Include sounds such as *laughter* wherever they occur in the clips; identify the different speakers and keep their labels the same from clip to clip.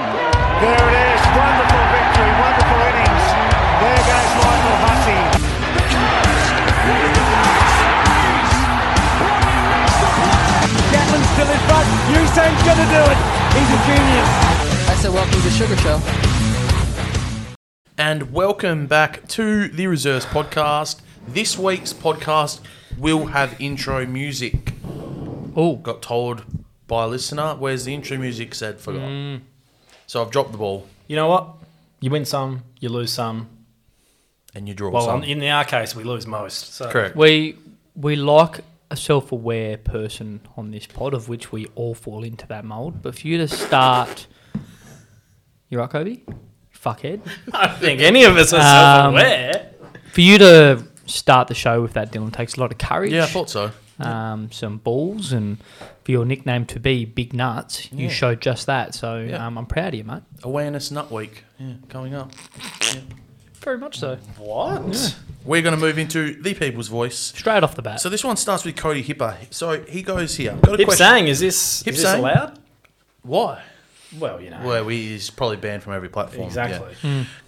Speaker 1: There it is. Wonderful victory. Wonderful innings. There goes Lionel Huttie.
Speaker 2: Gatlin still in front. Usain's going to do it. He's a genius.
Speaker 3: I said, welcome to the Sugar Show.
Speaker 4: And welcome back to the Reserves Podcast. This week's podcast will have intro music.
Speaker 5: Oh.
Speaker 4: Got told by a listener, where's the intro music said? Forgot.
Speaker 2: Mm.
Speaker 4: So I've dropped the ball
Speaker 5: You know what? You win some, you lose some.
Speaker 4: and you draw
Speaker 2: Well,
Speaker 4: some.
Speaker 2: Oh, in our case, we lose most. So.
Speaker 4: Correct.
Speaker 5: We we like a self-aware person on this pod, of which we all fall into that mold. But for you to start, you right, Kobe? Fuckhead.
Speaker 2: I don't think any of us are
Speaker 5: Um,
Speaker 2: self-aware.
Speaker 5: For you to start the show with that, Dylan takes a lot of courage.
Speaker 4: Yeah, I thought so.
Speaker 5: um, some balls, and for your nickname to be Big Nuts, you
Speaker 4: Yeah.
Speaker 5: showed just that. So
Speaker 4: Yeah.
Speaker 5: um, I'm proud of you, mate.
Speaker 4: Awareness Nut Week yeah, coming up.
Speaker 5: Very much so.
Speaker 2: What?
Speaker 4: We're going to move into the people's voice.
Speaker 5: Straight off the bat.
Speaker 4: So this one starts with Cody Hipper. So he goes here. Got a
Speaker 2: Hip
Speaker 4: question.
Speaker 2: saying, is this,
Speaker 4: Hip
Speaker 2: is this
Speaker 4: saying?
Speaker 2: allowed?
Speaker 4: Why?
Speaker 2: Well, Hmm. you know.
Speaker 4: Well, we is probably banned from every platform. yeah.
Speaker 2: Exactly.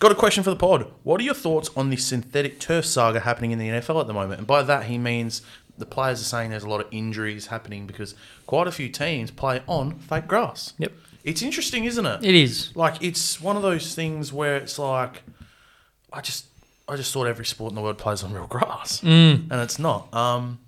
Speaker 4: Got a question for the pod. What are your thoughts on the synthetic turf saga happening in the NFL at the moment? And by that, he means the players are saying there's a lot of injuries happening because quite a few teams play on fake grass.
Speaker 5: Yep.
Speaker 4: It's interesting, isn't it?
Speaker 5: it is.
Speaker 4: Like it's one of those things where it's like, I just, I just thought every sport in the world plays on real grass, mm. and it's not. Um,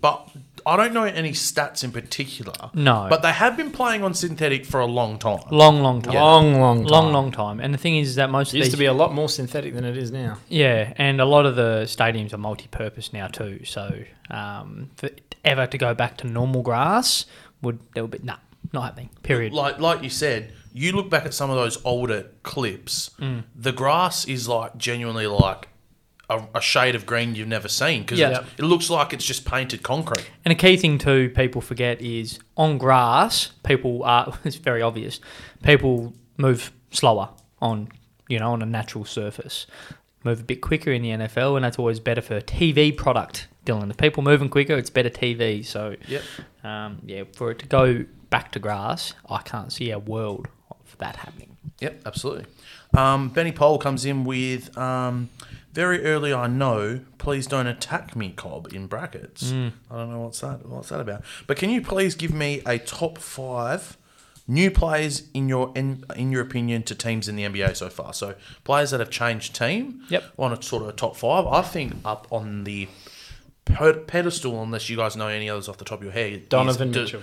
Speaker 4: but I don't know any stats in particular.
Speaker 5: No.
Speaker 4: But they have been playing on synthetic for a long time.
Speaker 5: Long, long time.
Speaker 2: Long, long time.
Speaker 5: Long, long time. And the thing is that most of
Speaker 2: It used
Speaker 5: these,
Speaker 2: to be a lot more synthetic than it is now.
Speaker 5: yeah, and a lot of the stadiums are multi-purpose now too. So um, for it ever to go back to normal grass would there would be nah, not happening. Period.
Speaker 4: like like you said, you look back at some of those older clips, the grass is like genuinely like a, a shade of green you've never seen because
Speaker 5: Yeah.
Speaker 4: it looks like it's just painted concrete.
Speaker 5: And a key thing too, people forget is on grass, people are *laughs* it's very obvious. People move slower on you know on a natural surface, move a bit quicker in the NFL, and that's always better for TV product. Dylan, if people moving quicker, it's better TV. So
Speaker 4: Yep.
Speaker 5: um, yeah, for it to go back to grass, I can't see a world of that happening.
Speaker 4: Yep, absolutely. Um, Benny Pohl comes in with um, very early. I know. Please don't attack me, Cobb. In brackets.
Speaker 2: Mm.
Speaker 4: I don't know what's that. What's that about? But can you please give me a top five new players in your in, in your opinion to teams in the NBA so far? So players that have changed team.
Speaker 5: Yep.
Speaker 4: On a sort of a top five, I think up on the per- pedestal, unless you guys know any others off the top of your head. is
Speaker 2: Donovan
Speaker 4: De-
Speaker 2: Mitchell.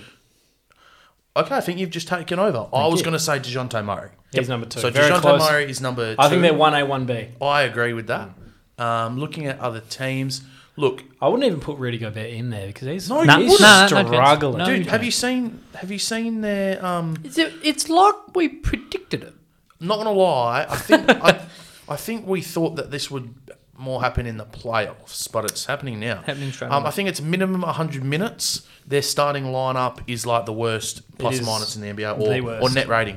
Speaker 4: Okay, I think you've just taken over. I was
Speaker 2: you.
Speaker 4: going to say Dejounte Murray.
Speaker 2: He's number two.
Speaker 4: So
Speaker 2: Very
Speaker 4: Dejounte
Speaker 2: close.
Speaker 4: Murray is number. Two.
Speaker 2: I think they're 1A, 1B.
Speaker 4: I agree with that. Um, looking at other teams, look,
Speaker 2: I wouldn't even put Rudy Gobert in there because he's,
Speaker 4: No, you
Speaker 2: he's
Speaker 4: wouldn't.
Speaker 5: Nah, no offense.
Speaker 2: struggling.
Speaker 5: No,
Speaker 4: dude,
Speaker 5: you
Speaker 4: have you seen have you seen their? Um,
Speaker 5: It's, it's like we predicted it.
Speaker 4: not gonna lie, I think I, I think we thought that this would more happen in the playoffs, but it's happening now.
Speaker 5: Happening straight
Speaker 4: Um,
Speaker 5: away.
Speaker 4: I think it's minimum 100 minutes. Their starting lineup is like the worst plus
Speaker 2: is
Speaker 4: minus in the NBA
Speaker 2: the
Speaker 4: or,
Speaker 2: worst.
Speaker 4: or net rating.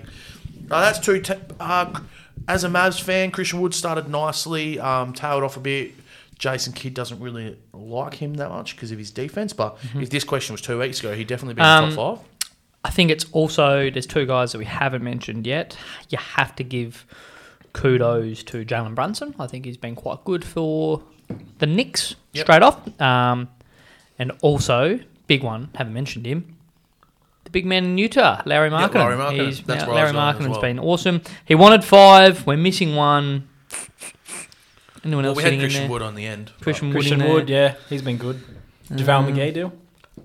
Speaker 4: Uh, that's two. T- uh, as a Mavs fan, Christian Wood started nicely, um, tailed off a bit. Jason Kidd doesn't really like him that much because of his defense, but if this question was two weeks ago, he'd definitely be in the
Speaker 5: Mm-hmm. Um,
Speaker 4: top five.
Speaker 5: I think it's also there's two guys that we haven't mentioned yet. You have to give kudos to Jalen Brunson. I think he's been quite good for the Knicks
Speaker 4: Yep.
Speaker 5: straight off. Um, and also big one, haven't mentioned him. The big man in Utah, Larry
Speaker 4: Yeah,
Speaker 5: Markkinen.
Speaker 4: Larry Markkinen.
Speaker 5: He's,
Speaker 4: That's
Speaker 5: now-
Speaker 4: where I
Speaker 5: Larry
Speaker 4: was going as
Speaker 5: Markkinen's
Speaker 4: well.
Speaker 5: been awesome. He wanted five. We're missing one. Anyone
Speaker 4: Well,
Speaker 5: else
Speaker 4: we
Speaker 5: sitting
Speaker 4: had
Speaker 5: in
Speaker 4: Christian
Speaker 5: there?
Speaker 4: Wood on the end. but-
Speaker 5: Christian Wood. in
Speaker 2: Christian
Speaker 5: there.
Speaker 2: Wood, yeah, he's been good. JaVale McGee deal.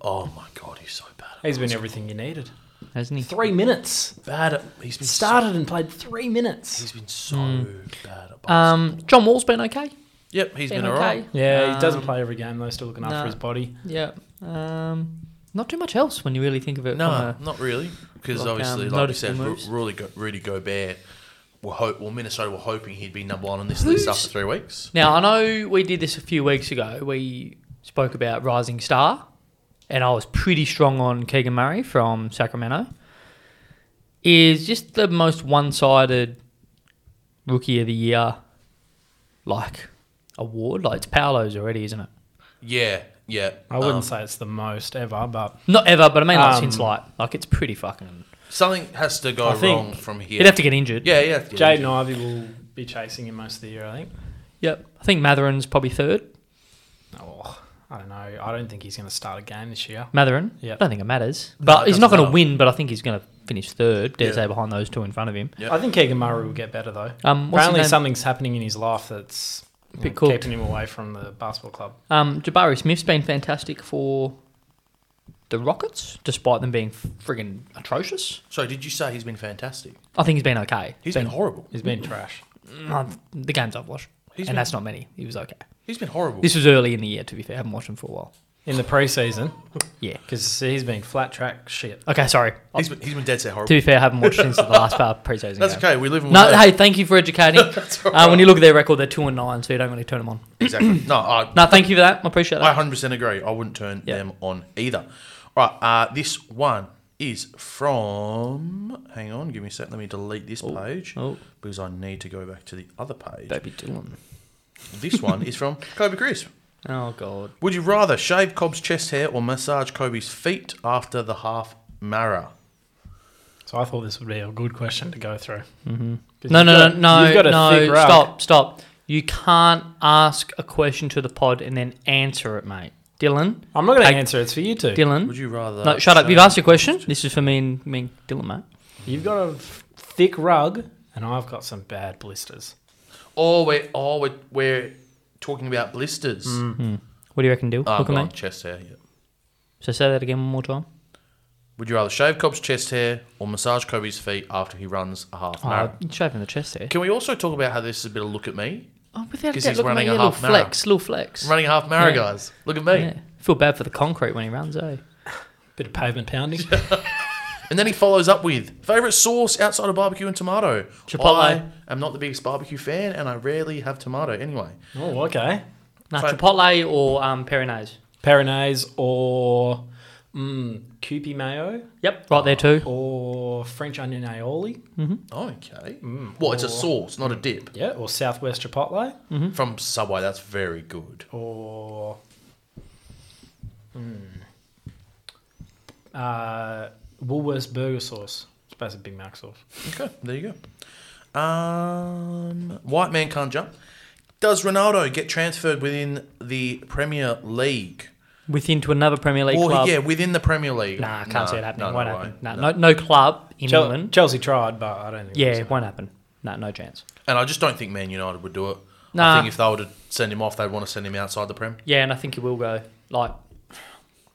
Speaker 4: Oh my god, he's so bad. at
Speaker 2: He's been everything you needed.
Speaker 5: hasn't he?
Speaker 2: Three minutes.
Speaker 4: bad at he's been so
Speaker 2: Started and played three minutes.
Speaker 4: He's been so bad at basketball.
Speaker 5: Um, John Wall's been okay.
Speaker 4: yep, he's been,
Speaker 5: Been okay.
Speaker 4: alright.
Speaker 2: Yeah, he doesn't
Speaker 5: Um,
Speaker 2: play every game though. Still looking after
Speaker 5: no.
Speaker 2: his body.
Speaker 5: Yeah. Um, not too much else when you really think of it.
Speaker 4: No,
Speaker 5: from a-
Speaker 4: not really. Because
Speaker 5: like,
Speaker 4: obviously,
Speaker 5: um,
Speaker 4: like we
Speaker 5: noticeable
Speaker 4: said, Ru-
Speaker 5: moves.
Speaker 4: Rudy, Go- Rudy Gobert, were hope, well, Minnesota were hoping he'd be number one on this
Speaker 5: Who's-
Speaker 4: list after three weeks.
Speaker 5: Now I know we did this a few weeks ago. We spoke about Rising Star, and I was pretty strong on Keegan Murray from Sacramento. Is just the most one-sided rookie of the year, like award. Like it's Paolo's already, isn't it?
Speaker 4: Yeah, yeah.
Speaker 2: I wouldn't
Speaker 4: um,
Speaker 2: say it's the most ever, but
Speaker 5: Not ever, but I mean like,
Speaker 2: Um,
Speaker 5: since like like it's pretty fucking
Speaker 4: Something has to go
Speaker 6: I think
Speaker 4: wrong from here.
Speaker 5: He'd have to get injured.
Speaker 4: yeah, yeah. Jade
Speaker 6: Jaden Ivey will be chasing him most of the year, I think.
Speaker 5: Yep. I think Matherin's probably third.
Speaker 6: Oh, I don't know. I don't think he's going to start a game this year.
Speaker 5: Matherin.
Speaker 6: Yep.
Speaker 5: I don't think it matters.
Speaker 4: No,
Speaker 5: But
Speaker 4: it
Speaker 5: he's not
Speaker 4: doesn't
Speaker 5: going to
Speaker 4: matter.
Speaker 5: win, but I think he's going to finish third, dare
Speaker 4: Yeah.
Speaker 5: say, behind those two in front of him.
Speaker 4: Yep.
Speaker 6: I think Keegan Murray will get better though.
Speaker 5: Um, what's his
Speaker 6: Apparently,
Speaker 5: name?
Speaker 6: something's happening in his life that's you
Speaker 5: Bit
Speaker 6: know,
Speaker 5: cooked.
Speaker 6: keeping him away from the basketball club.
Speaker 5: Um, Jabari Smith's been fantastic for the Rockets, despite them being friggin' atrocious.
Speaker 4: So did you say he's been fantastic?
Speaker 5: I think he's been okay.
Speaker 4: He's been horrible.
Speaker 6: He's been trash.
Speaker 5: Uh, the games I've watched, and
Speaker 4: He's been-
Speaker 5: that's not many. He was okay.
Speaker 4: He's been horrible.
Speaker 5: This was early in the year, to be fair. I haven't watched him for a while.
Speaker 6: in the preseason
Speaker 5: *laughs* Yeah.
Speaker 6: because he's been flat track shit.
Speaker 5: Okay, sorry.
Speaker 4: He's been, he's been dead set
Speaker 5: to
Speaker 4: horrible.
Speaker 5: be fair, I haven't watched since the
Speaker 4: *laughs*
Speaker 5: last part preseason.
Speaker 4: That's
Speaker 5: game.
Speaker 4: okay. We live and we
Speaker 5: No,
Speaker 4: learn.
Speaker 5: hey, thank you for
Speaker 4: *laughs*
Speaker 5: educating. uh, when you look at their record, they're two and nine, so you don't really turn them on.
Speaker 4: exactly. No, I,
Speaker 5: No, thank you for that. I appreciate
Speaker 4: I
Speaker 5: that.
Speaker 4: 100% agree. I wouldn't turn
Speaker 5: Yeah.
Speaker 4: them on either. All right, uh, this one is from. Hang on, give me a sec. Let me delete this page
Speaker 5: oh.
Speaker 4: because I need to go back to the other page.
Speaker 5: Baby Dylan. *laughs*
Speaker 4: This one is from Kobe Chris.
Speaker 5: Oh God.
Speaker 4: Would you rather shave Cobb's chest hair or massage Kobe's feet after the half mara?
Speaker 6: So I thought this would be a good question to go through. Mm-hmm.
Speaker 5: No, no, no, no, no. Stop, stop. You can't ask a question to the pod and then answer it, mate. Dylan,
Speaker 6: I'm not going
Speaker 5: I-
Speaker 6: to answer. It's for you two.
Speaker 5: Dylan.
Speaker 4: Would you rather?
Speaker 5: no, shut up.
Speaker 4: shave-
Speaker 5: You've asked your question. This is for me and me and Dylan, mate.
Speaker 6: You've got a f- thick rug, and I've got some bad blisters.
Speaker 4: Oh, we're oh we're, we're talking about blisters.
Speaker 5: What do you reckon, Dill?
Speaker 4: Ah,
Speaker 5: Mm, Look at
Speaker 4: go
Speaker 5: me.
Speaker 4: on, chest hair. Yeah.
Speaker 5: So say that again one more time.
Speaker 4: Would you rather shave Cobb's chest hair or massage Kobe's feet after he runs a half
Speaker 5: Oh,
Speaker 4: marathon?
Speaker 5: you're shaving the chest there.
Speaker 4: Can we also talk about how this is a bit of look at me?
Speaker 5: Oh, without a
Speaker 4: 'Cause
Speaker 5: doubt, look at
Speaker 4: he's
Speaker 5: me.
Speaker 4: running a
Speaker 5: yeah, Little
Speaker 4: half marathon.
Speaker 5: flex, little flex.
Speaker 4: I'm running a half marathon,
Speaker 5: Yeah.
Speaker 4: guys. Look at me.
Speaker 5: Yeah. Feel bad for the concrete when he runs, eh?
Speaker 6: Bit of pavement pounding.
Speaker 4: And then he follows up with favorite sauce outside of barbecue and tomato.
Speaker 5: Chipotle.
Speaker 4: I am not the biggest barbecue fan, and I rarely have tomato anyway.
Speaker 6: oh, okay.
Speaker 5: Nah,
Speaker 4: So-
Speaker 5: Chipotle or um, Peronaise.
Speaker 6: Peronaise or mm, Kewpie mayo
Speaker 5: Yep, right there too.
Speaker 6: or French onion aioli.
Speaker 4: Okay. Mm. well,
Speaker 5: Oh.
Speaker 4: it's a sauce, not a dip.
Speaker 6: Yeah, or Southwest Chipotle
Speaker 5: Hmm?
Speaker 4: From Subway, that's very good.
Speaker 6: or mm, uh, Woolworths burger sauce. It's basically Big Mac sauce.
Speaker 4: Okay, there you go. Um, white man can't jump. Does Ronaldo get transferred within the Premier League?
Speaker 5: Within to another Premier League
Speaker 4: Or
Speaker 5: club.
Speaker 4: yeah, within the Premier League.
Speaker 5: Nah, I can't
Speaker 4: No,
Speaker 5: see it happening.
Speaker 4: no,
Speaker 5: won't
Speaker 4: no
Speaker 5: happen.
Speaker 4: way.
Speaker 5: Nah, no, no club in
Speaker 6: Chel-
Speaker 5: England.
Speaker 6: Chelsea tried, but I don't think.
Speaker 5: yeah,
Speaker 6: it
Speaker 5: it
Speaker 6: was-
Speaker 5: won't happen. Nah, no chance.
Speaker 4: And I just don't think Man United would do it. I
Speaker 5: Nah.
Speaker 4: think if they were to send him off, they'd want to send him outside the Prem.
Speaker 5: Yeah, and I think he will go. Like,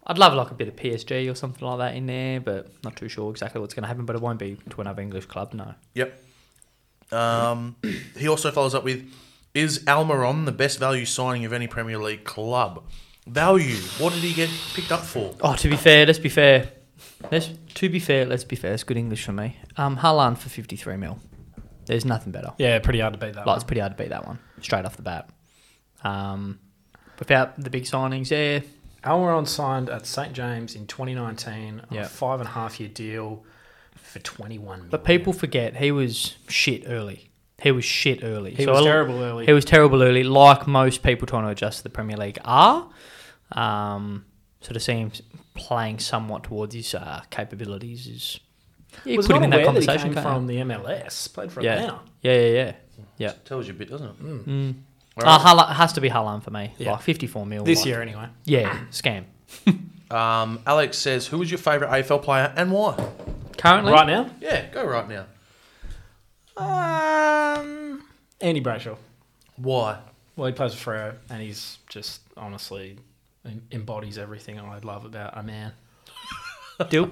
Speaker 5: I'd love like a bit of PSG or something like that in there, but not too sure exactly what's going to happen. But it won't be to another English club. No.
Speaker 4: Yep. Um, he also follows up with Is Almiron the best value signing of any Premier League club? Value. What did he get picked up for?
Speaker 5: Oh, to be fair, let's be fair. Let's to be fair, let's be fair. It's good English for me. Um, Haaland for fifty three mil. There's nothing better.
Speaker 6: Yeah, pretty hard to beat that.
Speaker 5: Like, it's pretty hard to beat that one straight off the bat. Um, without the big signings, yeah.
Speaker 6: one. Almiron signed at St James in 2019 on
Speaker 5: Yeah.
Speaker 6: a five and a half year deal for 21.
Speaker 5: But
Speaker 6: million.
Speaker 5: people forget he was shit early. He was shit early.
Speaker 6: He
Speaker 5: So
Speaker 6: was
Speaker 5: a-
Speaker 6: terrible early.
Speaker 5: He was terrible early, like most people trying to adjust to the Premier League are. Um, so to see him playing somewhat towards his uh, capabilities is. Yeah,
Speaker 6: was
Speaker 5: put him
Speaker 6: not
Speaker 5: in that
Speaker 6: aware that he
Speaker 5: conversation,
Speaker 6: came
Speaker 5: can't
Speaker 6: from the MLS. Played for
Speaker 5: you? yeah.
Speaker 6: Atlanta.
Speaker 5: yeah, yeah, yeah, yeah.
Speaker 4: Tells you a bit, doesn't it? Hmm. All
Speaker 5: Uh,
Speaker 4: right.
Speaker 5: Haaland, has to be Haaland for me.
Speaker 6: Yeah.
Speaker 5: Like fifty-four mil
Speaker 6: This
Speaker 5: like-
Speaker 6: year, anyway.
Speaker 5: Yeah, scam.
Speaker 4: Um, Alex says, Who is your favourite AFL player and why?
Speaker 5: Currently,
Speaker 6: Right now,
Speaker 4: Yeah, go right now.
Speaker 6: um, Andy Brayshaw.
Speaker 4: Why?
Speaker 6: Well, he plays for Freo, and he's just honestly em- embodies everything I love about a man.
Speaker 5: Dill.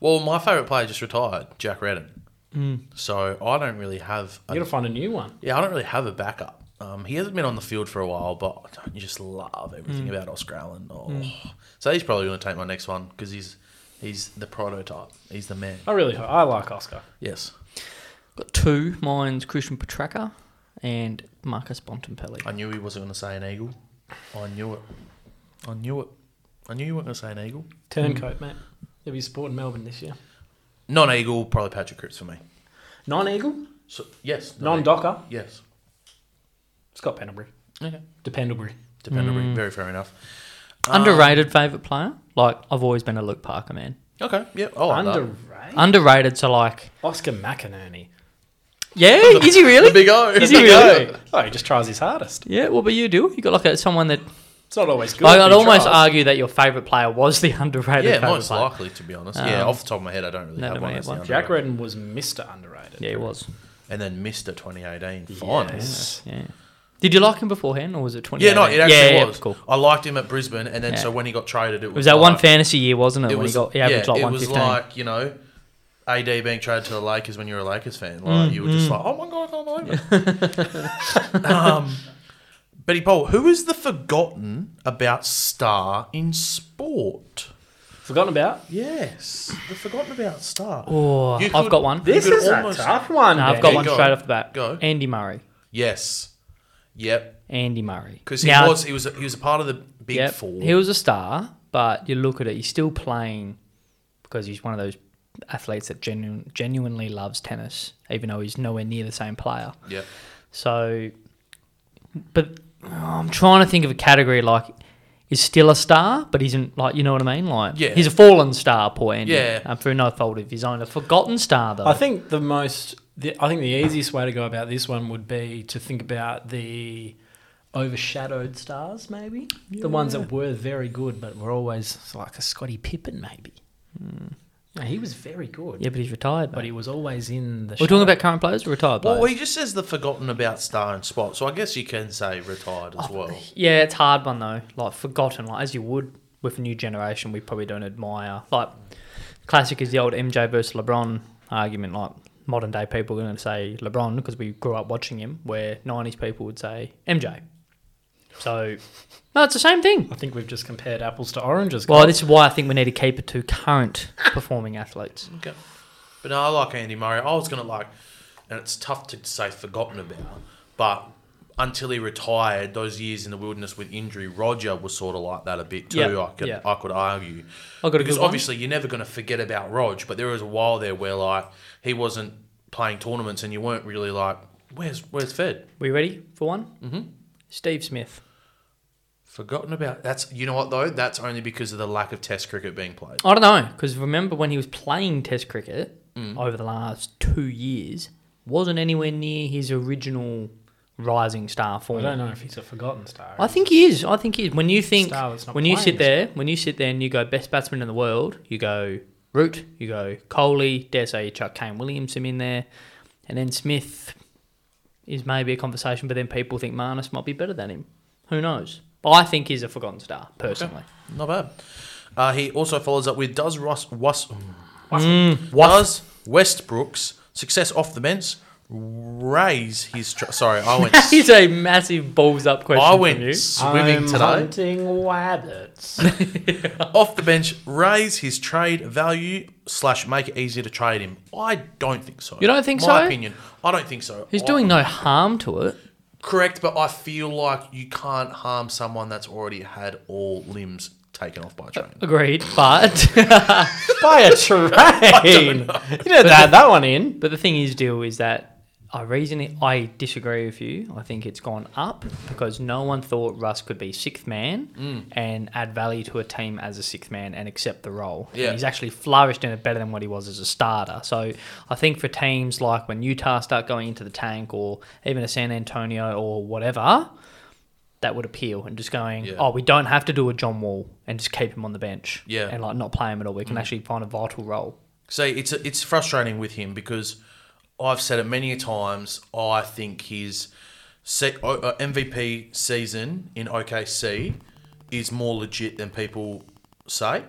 Speaker 4: Well, my favourite player just retired, Jack Redden. So I don't really have.
Speaker 6: You
Speaker 4: A,
Speaker 6: got to find a new one.
Speaker 4: yeah, I don't really have a backup. Um, he hasn't been on the field for a while, but I don't- you just love everything
Speaker 5: Mm.
Speaker 4: about Oscar Allen. Oh. So he's probably going to take my next one because he's he's the prototype. He's the man.
Speaker 6: I really, I like Oscar.
Speaker 4: Yes,
Speaker 5: Got two. Mine's Christian Petraka and Marcus Bontempelli.
Speaker 4: I knew he wasn't going to say an eagle. I knew it. I knew it. I knew you weren't going to say an eagle.
Speaker 5: Hmm.
Speaker 6: Turncoat, mate. He'll be supporting Melbourne this year.
Speaker 4: Non-eagle, probably Patrick Cripps for me.
Speaker 6: Non-Eagle,
Speaker 4: So yes, non-eagle.
Speaker 6: non-Docker,
Speaker 4: Yes.
Speaker 6: Scott Pendlebury,
Speaker 4: Okay.
Speaker 6: Dependlebury.
Speaker 4: Dependable.
Speaker 5: Mm.
Speaker 4: Very fair enough. Um,
Speaker 5: Underrated favourite player? Like I've always been a Luke Parker man.
Speaker 4: Okay. Yeah. Oh,
Speaker 6: Underrated.
Speaker 5: underrated. So like,
Speaker 6: Oscar McInerney.
Speaker 5: yeah, is he really?
Speaker 3: The big O.
Speaker 5: Is
Speaker 3: The
Speaker 5: he
Speaker 3: big O.
Speaker 5: really?
Speaker 6: Oh, he just tries his hardest.
Speaker 5: Yeah. What about you? Do you got like a, someone that
Speaker 6: It's not always good.
Speaker 5: I'd
Speaker 6: but he
Speaker 5: almost
Speaker 6: tries.
Speaker 5: argue that your favorite player was the *laughs* underrated.
Speaker 4: Yeah,
Speaker 5: favorite
Speaker 4: most
Speaker 5: player.
Speaker 4: likely, to be honest. yeah,
Speaker 5: Um,
Speaker 4: off the top of my head, I don't really
Speaker 5: no,
Speaker 4: have
Speaker 5: don't
Speaker 4: one.
Speaker 5: really
Speaker 4: that's
Speaker 5: have one.
Speaker 4: the
Speaker 6: Jack
Speaker 4: underrated.
Speaker 6: Redden was Mr. Underrated.
Speaker 5: Yeah, he was.
Speaker 4: And then Mr. 2018
Speaker 6: Yes.
Speaker 4: finals.
Speaker 5: Yeah. Did you like him beforehand, or was it twenty?
Speaker 4: Yeah, no, it actually
Speaker 5: yeah,
Speaker 4: was.
Speaker 5: cool.
Speaker 4: I liked him at Brisbane, and then
Speaker 5: Yeah.
Speaker 4: so when he got traded, it was,
Speaker 5: It was that one
Speaker 4: like-
Speaker 5: fantasy year, wasn't it?
Speaker 4: It
Speaker 5: when
Speaker 4: was,
Speaker 5: he got he averaged
Speaker 4: yeah,
Speaker 5: like
Speaker 4: it
Speaker 5: one
Speaker 4: was
Speaker 5: fifteen.
Speaker 4: like, you know, AD being traded to the Lakers when you're a Lakers fan.
Speaker 5: Mm,
Speaker 4: Like, you were just like, oh my God, I can't believe
Speaker 5: *laughs*
Speaker 4: it. um, Betty Paul, who is the forgotten about star in sport?
Speaker 6: Forgotten about?
Speaker 4: Yes, the forgotten about star.
Speaker 5: oh,
Speaker 4: You
Speaker 5: I've
Speaker 4: could-
Speaker 5: got one.
Speaker 6: This
Speaker 4: could
Speaker 6: is a
Speaker 4: almost-
Speaker 6: tough one.
Speaker 5: No, I've
Speaker 6: Danny.
Speaker 5: got one
Speaker 4: Go.
Speaker 5: straight off the bat.
Speaker 4: Go.
Speaker 5: Andy Murray.
Speaker 4: Yes. Yep.
Speaker 5: Andy Murray.
Speaker 4: Because he was he was a, he was a part of the big
Speaker 5: yep,
Speaker 4: four.
Speaker 5: He was a star, but you look at it, he's still playing because he's one of those athletes that genu- genuinely loves tennis, even though he's nowhere near the same player.
Speaker 4: yep.
Speaker 5: So, but oh, I'm trying to think of a category like is still a star, but isn't like you know what I mean. Like
Speaker 4: Yeah.
Speaker 5: he's a fallen star, poor Andy.
Speaker 4: Yeah.
Speaker 5: um, through no fault of his own, a forgotten star though.
Speaker 6: I think the most, the, I think the easiest way to go about this one would be to think about the overshadowed stars, maybe the ones that were very good, but were always like a Scotty Pippen, maybe.
Speaker 5: Hmm.
Speaker 6: Now, he was very good,
Speaker 5: yeah, but he's retired.
Speaker 6: but
Speaker 5: mate.
Speaker 6: he was always in the.
Speaker 5: We're talking about current players or retired players.
Speaker 4: Well, he just says the forgotten about star and spot, so I guess you can say retired
Speaker 5: Oh,
Speaker 4: as well.
Speaker 5: Yeah, it's a hard one though. Like forgotten, like as you would with a new generation, we probably don't admire. Like classic is the old MJ versus LeBron argument. Like modern day people are going to say LeBron because we grew up watching him, where '90s people would say MJ. So *laughs* no, it's the same thing.
Speaker 6: I think we've just compared apples to oranges.
Speaker 5: Well,
Speaker 6: guys.
Speaker 5: this is why I think we need to keep it to current performing athletes.
Speaker 4: Okay. But no, I like Andy Murray. I was gonna like, and it's tough to say forgotten about, but until he retired, those years in the wilderness with injury, Roger was sort of like that a bit too.
Speaker 5: Yeah,
Speaker 4: I could
Speaker 5: yeah.
Speaker 4: I could argue.
Speaker 5: I got a
Speaker 4: because
Speaker 5: good one.
Speaker 4: obviously you're never going to forget about Rog, but there was a while there where like he wasn't playing tournaments, and you weren't really like, where's where's Fed?
Speaker 5: We ready for one? Mm-hmm. Steve Smith.
Speaker 4: Forgotten about that's you know what though that's only because of the lack of Test cricket being played.
Speaker 5: I don't know because remember when he was playing Test cricket
Speaker 4: Mm.
Speaker 5: over the last two years wasn't anywhere near his original rising star
Speaker 6: I
Speaker 5: form.
Speaker 6: don't know if he's a forgotten star.
Speaker 5: I think he is. I think he is. When you think
Speaker 6: Star that's not
Speaker 5: when you
Speaker 6: playing,
Speaker 5: sit
Speaker 6: is he?
Speaker 5: there, when you sit there and you go best batsman in the world, you go Root, you go Coley, dare say you chuck Kane Williamson in there, and then Smith is maybe a conversation, but then people think Marnus might be better than him. Who knows? I think he's a forgotten star personally.
Speaker 4: Not bad. Uh, he also follows up with does Ross was
Speaker 5: Mm.
Speaker 4: does Westbrook's success off the bench raise his tr- sorry
Speaker 5: *laughs*
Speaker 4: I went s-
Speaker 5: He's a massive balls up question.
Speaker 4: I
Speaker 5: from
Speaker 4: went
Speaker 5: you.
Speaker 4: swimming today
Speaker 6: hunting
Speaker 4: *laughs*
Speaker 6: rabbits.
Speaker 4: off the bench raise his trade value slash make it easier to trade him. I don't think so.
Speaker 5: You don't think
Speaker 4: My
Speaker 5: so?
Speaker 4: My opinion. I don't think so.
Speaker 5: He's
Speaker 4: I-
Speaker 5: doing no harm to it.
Speaker 4: Correct, but I feel like you can't harm someone that's already had all limbs taken off by a train.
Speaker 5: Agreed, *laughs* but
Speaker 6: By a train. you didn't add that one in.
Speaker 5: but the thing is, deal is that I reason I disagree with you. I think it's gone up because no one thought Russ could be sixth man and add value to a team as a sixth man and accept the role. And
Speaker 4: Yeah.
Speaker 5: he's actually flourished in it better than what he was as a starter. So I think for teams like when Utah start going into the tank or even a San Antonio or whatever, that would appeal and just going,
Speaker 4: Yeah.
Speaker 5: oh, we don't have to do a John Wall and just keep him on the bench.
Speaker 4: Yeah.
Speaker 5: And like not play him at all. We can actually find a vital role.
Speaker 4: See, it's it's frustrating with him because I've said it many a times. I think his se- o- uh, MVP season in OKC is more legit than people say.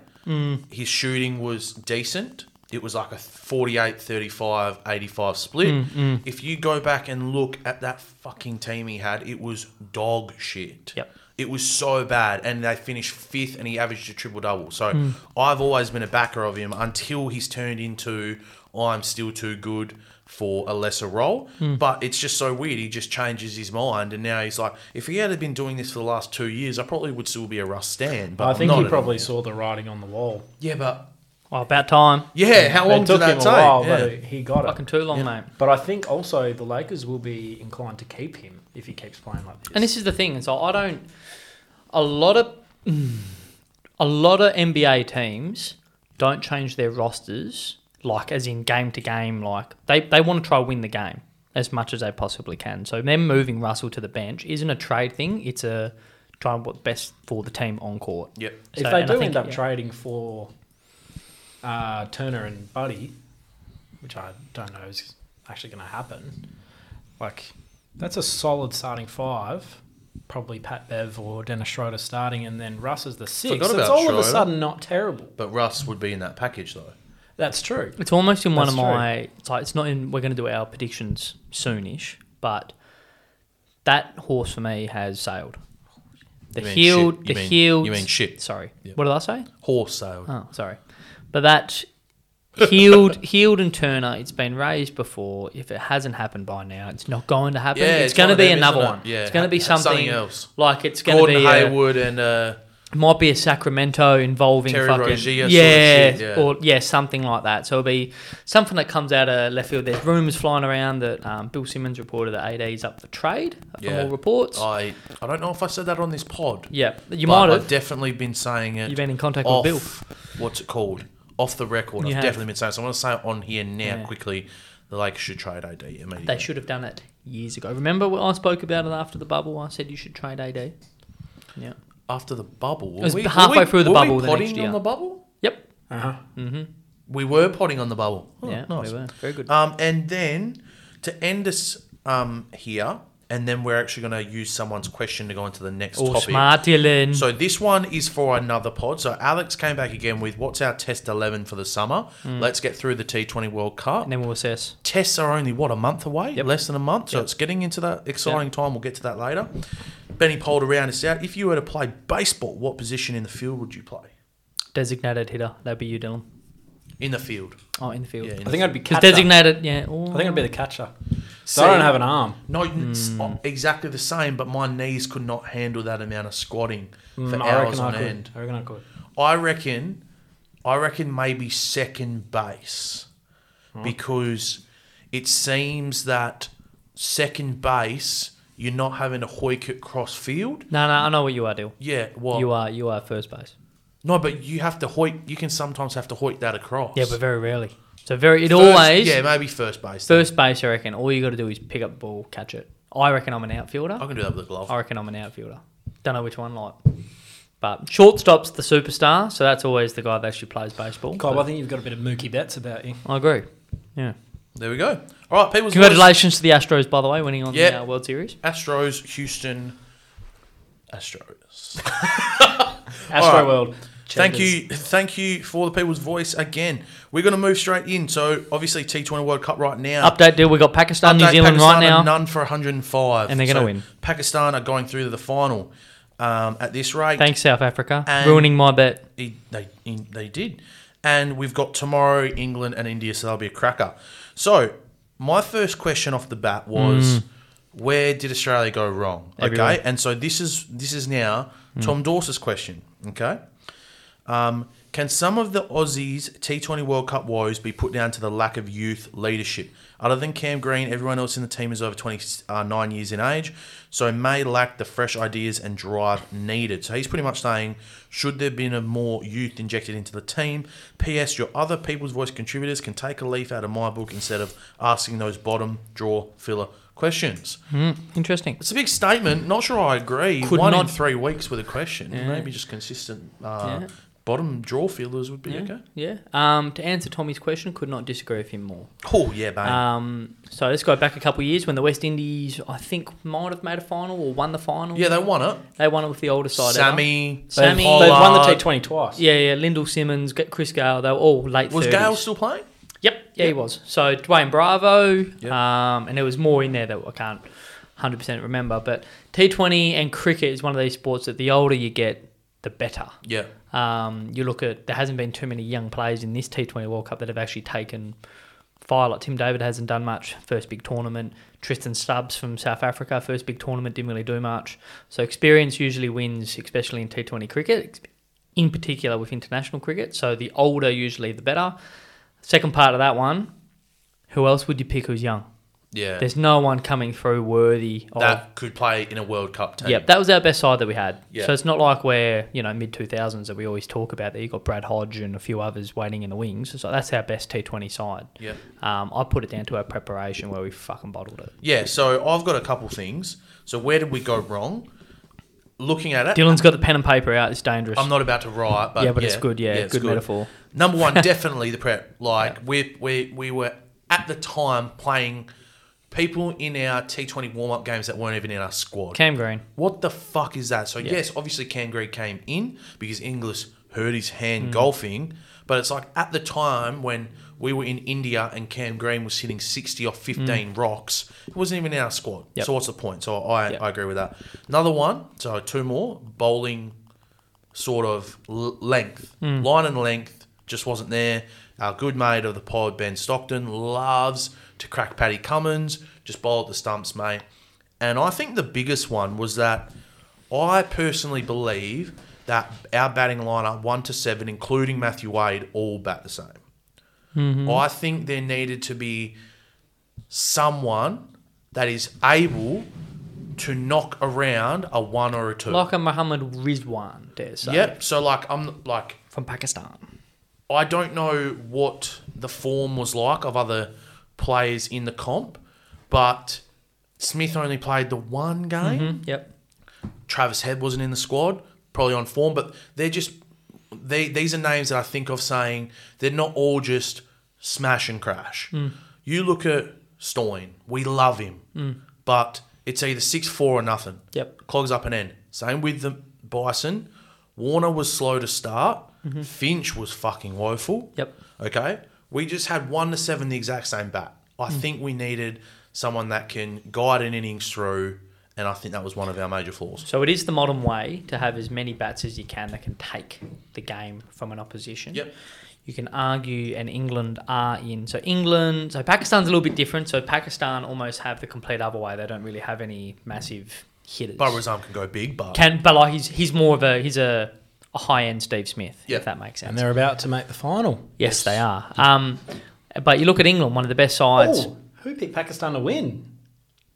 Speaker 4: His shooting was decent. It was like a 48 35 85 split.
Speaker 6: Mm,
Speaker 4: If you go back and look at that fucking team he had, it was dog shit.
Speaker 5: Yep.
Speaker 4: It was so bad, and they finished fifth, and he averaged a triple double. So
Speaker 6: Mm.
Speaker 4: I've always been a backer of him until he's turned into I'm still too good for a lesser role.
Speaker 6: Mm.
Speaker 4: But it's just so weird. He just changes his mind, and now he's like, if he had been doing this for the last two years, I probably would still be a Russ Stan. But
Speaker 6: I think
Speaker 4: I'm not
Speaker 6: he
Speaker 4: at
Speaker 6: probably
Speaker 4: all.
Speaker 6: saw the writing on the wall.
Speaker 4: yeah, but
Speaker 5: Oh, about time.
Speaker 4: yeah, how long
Speaker 6: It took
Speaker 4: did
Speaker 6: him a
Speaker 4: that take?
Speaker 6: while,
Speaker 4: Yeah.
Speaker 6: but he got it.
Speaker 5: Fucking too long, mate.
Speaker 6: But I think also the Lakers will be inclined to keep him if he keeps playing like this.
Speaker 5: And this is the thing. So I don't. A lot of a lot of NBA teams don't change their rosters like as in game to game. Like they they want to try win the game as much as they possibly can. So them moving Russell to the bench isn't a trade thing. It's a trying what's best for the team on court.
Speaker 4: Yep.
Speaker 6: If
Speaker 5: So-
Speaker 6: they
Speaker 5: and
Speaker 6: do
Speaker 5: I think-
Speaker 6: end up
Speaker 5: yeah.
Speaker 6: trading for uh, Turner and Buddy, which I don't know is actually going to happen, like that's a solid starting five. Probably Pat Bev or Dennis Schroeder starting, and then Russ is the sixth.
Speaker 4: Forgot
Speaker 6: It's
Speaker 4: about
Speaker 6: all of a
Speaker 4: Schroeder.
Speaker 6: sudden not terrible.
Speaker 4: But Russ would be in that package though.
Speaker 6: That's true.
Speaker 5: It's almost in one
Speaker 6: That's
Speaker 5: of
Speaker 6: true.
Speaker 5: my. It's like it's not in. We're going to do our predictions soonish, but that horse for me has sailed. The
Speaker 4: You mean
Speaker 5: heel,
Speaker 4: shit. You
Speaker 5: the
Speaker 4: mean-
Speaker 5: heel.
Speaker 4: you mean shit.
Speaker 5: Sorry,
Speaker 4: Yep.
Speaker 5: what did I say?
Speaker 4: Horse sale.
Speaker 5: Oh, sorry, but that
Speaker 4: *laughs*
Speaker 5: healed, healed and Turner. It's been raised before. If it hasn't happened by now, it's not going to happen.
Speaker 4: Yeah,
Speaker 5: it's,
Speaker 4: it's
Speaker 5: going to
Speaker 4: one
Speaker 5: be
Speaker 4: of them,
Speaker 5: another
Speaker 4: isn't it?
Speaker 5: one.
Speaker 4: Yeah,
Speaker 5: it's going to be
Speaker 4: ha- something
Speaker 5: something,
Speaker 4: else.
Speaker 5: Like it's going to
Speaker 4: Gordon
Speaker 5: be a-
Speaker 4: Hayward and uh,
Speaker 5: might be a Sacramento involving
Speaker 4: Terry
Speaker 5: fucking
Speaker 4: Rozier sort of
Speaker 5: yeah,
Speaker 4: shit, yeah.
Speaker 5: or yeah something like that. So it'll be something that comes out of left field. There's rumors flying around that um, Bill Simmons reported that AD's up for trade from
Speaker 4: Yeah.
Speaker 5: all reports.
Speaker 4: I I don't know if I said that on this pod.
Speaker 5: yeah, you
Speaker 4: but
Speaker 5: might
Speaker 4: I've
Speaker 5: have.
Speaker 4: definitely been saying it.
Speaker 5: You've been in contact with
Speaker 4: off,
Speaker 5: Bill.
Speaker 4: What's it called? Off the record.
Speaker 5: You
Speaker 4: I've
Speaker 5: have.
Speaker 4: definitely been saying. it. So I want to say it on here now
Speaker 5: Yeah.
Speaker 4: quickly. The Lakers should trade AD immediately.
Speaker 5: They should have done it years ago. Remember when I spoke about it after the bubble? I said you should trade AD. Yeah.
Speaker 4: after the bubble. Were
Speaker 5: was
Speaker 4: we,
Speaker 5: halfway
Speaker 4: were we,
Speaker 5: through the
Speaker 4: were
Speaker 5: bubble
Speaker 4: We
Speaker 5: the
Speaker 4: potting
Speaker 5: next
Speaker 4: on
Speaker 5: year.
Speaker 4: the bubble.
Speaker 5: Yep.
Speaker 6: Uh-huh.
Speaker 4: We were potting on the bubble. Oh,
Speaker 5: yeah.
Speaker 4: nice.
Speaker 5: We were. Very good.
Speaker 4: Um, and then to end us um, here, and then we're actually going to use someone's question to go into the next
Speaker 5: Or
Speaker 4: topic.
Speaker 5: smart Dylan.
Speaker 4: So this one is for another pod. So Alex came back again with what's our test eleven for the summer.
Speaker 5: Hmm.
Speaker 4: Let's get through the T Twenty World Cup.
Speaker 5: and then we'll assess.
Speaker 4: Tests are only what a month away, less than a month. So
Speaker 5: Yep.
Speaker 4: it's getting into that exciting time. We'll get to that later. Benny polled around us out. If you were to play baseball, what position in the field would you play?
Speaker 5: Designated hitter. That'd be you, Dylan.
Speaker 4: In the field.
Speaker 5: Oh, in the field.
Speaker 4: Yeah, in
Speaker 6: I
Speaker 4: the
Speaker 6: think I'd be
Speaker 5: Because
Speaker 6: catcher.
Speaker 5: designated, yeah.
Speaker 6: I think I'd be the catcher. So
Speaker 4: See-
Speaker 6: I don't have an arm.
Speaker 4: No,
Speaker 5: Hmm.
Speaker 4: it's oh, exactly the same, but my knees could not handle that amount of squatting for
Speaker 5: Hmm,
Speaker 6: Mm, I
Speaker 4: hours
Speaker 6: reckon I
Speaker 4: on
Speaker 6: could.
Speaker 4: end.
Speaker 6: I reckon I could.
Speaker 4: I reckon, I reckon maybe second base, because it seems that second base you're not having to hoik it cross field.
Speaker 5: No, no, I know what you are, Dylan.
Speaker 4: Yeah, well,
Speaker 5: You are you are first base.
Speaker 4: no, but you have to hoik. You can sometimes have to hoik that across.
Speaker 5: Yeah, but very rarely. So very it
Speaker 4: First-
Speaker 5: always
Speaker 4: yeah, maybe first base. then.
Speaker 5: first base. I reckon all you got to do is pick up the ball, catch it. I reckon I'm an outfielder.
Speaker 4: I can do that with a glove.
Speaker 5: I reckon I'm an outfielder. Don't know which one like, but shortstop's the superstar, so that's always the guy that actually plays baseball.
Speaker 6: Cobb,
Speaker 5: but
Speaker 6: I think you've got a bit of Mookie Betts about you.
Speaker 5: I agree. Yeah.
Speaker 4: There we go. All right, people's voice.
Speaker 5: Congratulations to the Astros, by the way, winning on
Speaker 4: Yeah.
Speaker 5: the uh, World Series.
Speaker 4: Astros, Houston, Astros.
Speaker 6: Astro World.
Speaker 4: Thank
Speaker 6: Checkers.
Speaker 4: you, thank you for the people's voice again. We're going to move straight in. So obviously T20 World Cup right now.
Speaker 5: Update deal: We got Pakistan, New
Speaker 4: Update,
Speaker 5: Zealand
Speaker 4: Pakistan
Speaker 5: right now.
Speaker 4: are none for 105,
Speaker 5: And they're gonna
Speaker 4: So
Speaker 5: win.
Speaker 4: Pakistan are going through to the final um, at this rate.
Speaker 5: Thanks, South Africa,
Speaker 4: And-
Speaker 5: ruining my bet.
Speaker 4: They, they they did, and we've got tomorrow England and India, so that'll be a cracker. So my first question off the bat was, where did Australia go wrong?
Speaker 5: Everywhere.
Speaker 4: Okay, and so this is this is now Tom Dawson's question. Okay, um, can some of the Aussies T20 World Cup woes be put down to the lack of youth leadership? Other than Cam Green, everyone else in the team is over 29 years in age, so may lack the fresh ideas and drive needed. So he's pretty much saying, should there been a more youth injected into the team? P.S. Your other people's voice contributors can take a leaf out of my book instead of asking those bottom draw filler questions.
Speaker 5: Interesting.
Speaker 4: It's a big statement. Not sure I agree.
Speaker 5: Could
Speaker 4: One in
Speaker 5: not-
Speaker 4: three weeks with a question. Maybe just consistent uh,
Speaker 5: Yeah.
Speaker 4: bottom draw fielders would be okay.
Speaker 5: Yeah. Um, to answer Tommy's question, could not disagree with him more.
Speaker 4: Oh yeah, babe.
Speaker 5: Um, so let's go back a couple of years when the West Indies, I think, might have made a final or won the final.
Speaker 4: yeah, they won it.
Speaker 5: they won it with the older side. eh? ever.
Speaker 4: Sammy.
Speaker 6: They've,
Speaker 5: Sammy.
Speaker 6: they've won the
Speaker 4: Pollard.
Speaker 6: T20 twice.
Speaker 5: Yeah, yeah. Lyndall Simmons, G- Chris Gale, they were all late.
Speaker 4: Was
Speaker 5: 30s.
Speaker 4: Gale still playing?
Speaker 5: Yep. Yeah, he was. So Dwayne Bravo.
Speaker 4: Yep.
Speaker 5: Um, and there was more in there that I can't 100% remember. But T20 and cricket is one of these sports that the older you get, the better.
Speaker 4: Yeah.
Speaker 5: Um, you look at there hasn't been too many young players in this T20 World Cup that have actually taken fire. Like Tim David hasn't done much first big tournament. Tristan Stubbs from South Africa first big tournament didn't really do much. So experience usually wins, especially in T20 cricket, ex- in particular with international cricket. So the older usually the better. Second part of that one, who else would you pick who's young?
Speaker 4: Yeah.
Speaker 5: There's no one coming through worthy of.
Speaker 4: that could play in a World Cup team.
Speaker 5: Yep, that was our best side that we had.
Speaker 4: Yeah.
Speaker 5: So it's not like we're, you know, mid 2000s that we always talk about that you've got Brad Hodge and a few others waiting in the wings. So that's our best T20 side.
Speaker 4: Yep.
Speaker 5: Um, I put it down to our preparation where we fucking bottled it.
Speaker 4: Yeah, so I've got a couple things. So where did we go wrong? Looking at it,
Speaker 5: Dylan's got the pen and paper out. It's dangerous.
Speaker 4: I'm not about to riot, but
Speaker 5: Yeah, but it's good, yeah, good metaphor.
Speaker 4: Number one, definitely
Speaker 5: *laughs*
Speaker 4: the prep. Like we we we were at the time playing people in our T20 warm up games that weren't even in our squad.
Speaker 5: Cam Green.
Speaker 4: What the fuck is that? So yes, obviously Cam Green came in because Inglis hurt his hand
Speaker 5: Mm.
Speaker 4: golfing, but it's like at the time when we were in India and Cam Green was hitting sixty or fifteen rocks, it wasn't even in our squad.
Speaker 5: Mm. Yep.
Speaker 4: So what's the point? So I,
Speaker 5: Yep.
Speaker 4: I agree with that. Another one, so two more bowling sort of l- length, line and length just wasn't there. Our good mate of the pod, Ben Stockton, loves to crack Paddy Cummins, just bowl at the stumps, mate. And I think the biggest one was that I personally believe that our batting lineup, one to seven, including Matthew Wade, all bat the same. I think there needed to be someone that is able to knock around a one or a two.
Speaker 5: Like a Muhammad Rizwan, dare say.
Speaker 4: Yep. So like I'm like
Speaker 5: From Pakistan.
Speaker 4: I don't know what the form was like of other players in the comp, but Smith only played the one game.
Speaker 5: Yep.
Speaker 4: Travis Head wasn't in the squad, probably on form, but they're just they these are names that I think of saying they're not all just smash and crash.
Speaker 5: Mm.
Speaker 4: You look at Stoin, we love him, but it's either six four or nothing.
Speaker 5: Mm. Yep.
Speaker 4: clogs up an end. Same with the Bison. Warner was slow to start. Finch was fucking woeful.
Speaker 5: Mm-hmm. Yep.
Speaker 4: Okay. We just had one to seven the exact same bat. I
Speaker 5: Hmm.
Speaker 4: think we needed someone that can guide an innings through, and I think that was one of our major flaws.
Speaker 5: So it is the modern way to have as many bats as you can that can take the game from an opposition.
Speaker 4: Yep.
Speaker 5: You can argue, and England are in. So England, so Pakistan's a little bit different. So Pakistan almost have the complete other way. They don't really have any massive hitters.
Speaker 4: Barazam can go big, but
Speaker 5: can, but like he's he's more of a he's a, a high end Steve Smith,
Speaker 4: Yep.
Speaker 5: if that makes sense.
Speaker 6: And they're about to make the final.
Speaker 5: Yes, they are. Um, but you look at England, one of the best sides.
Speaker 6: Oh, who picked Pakistan to win?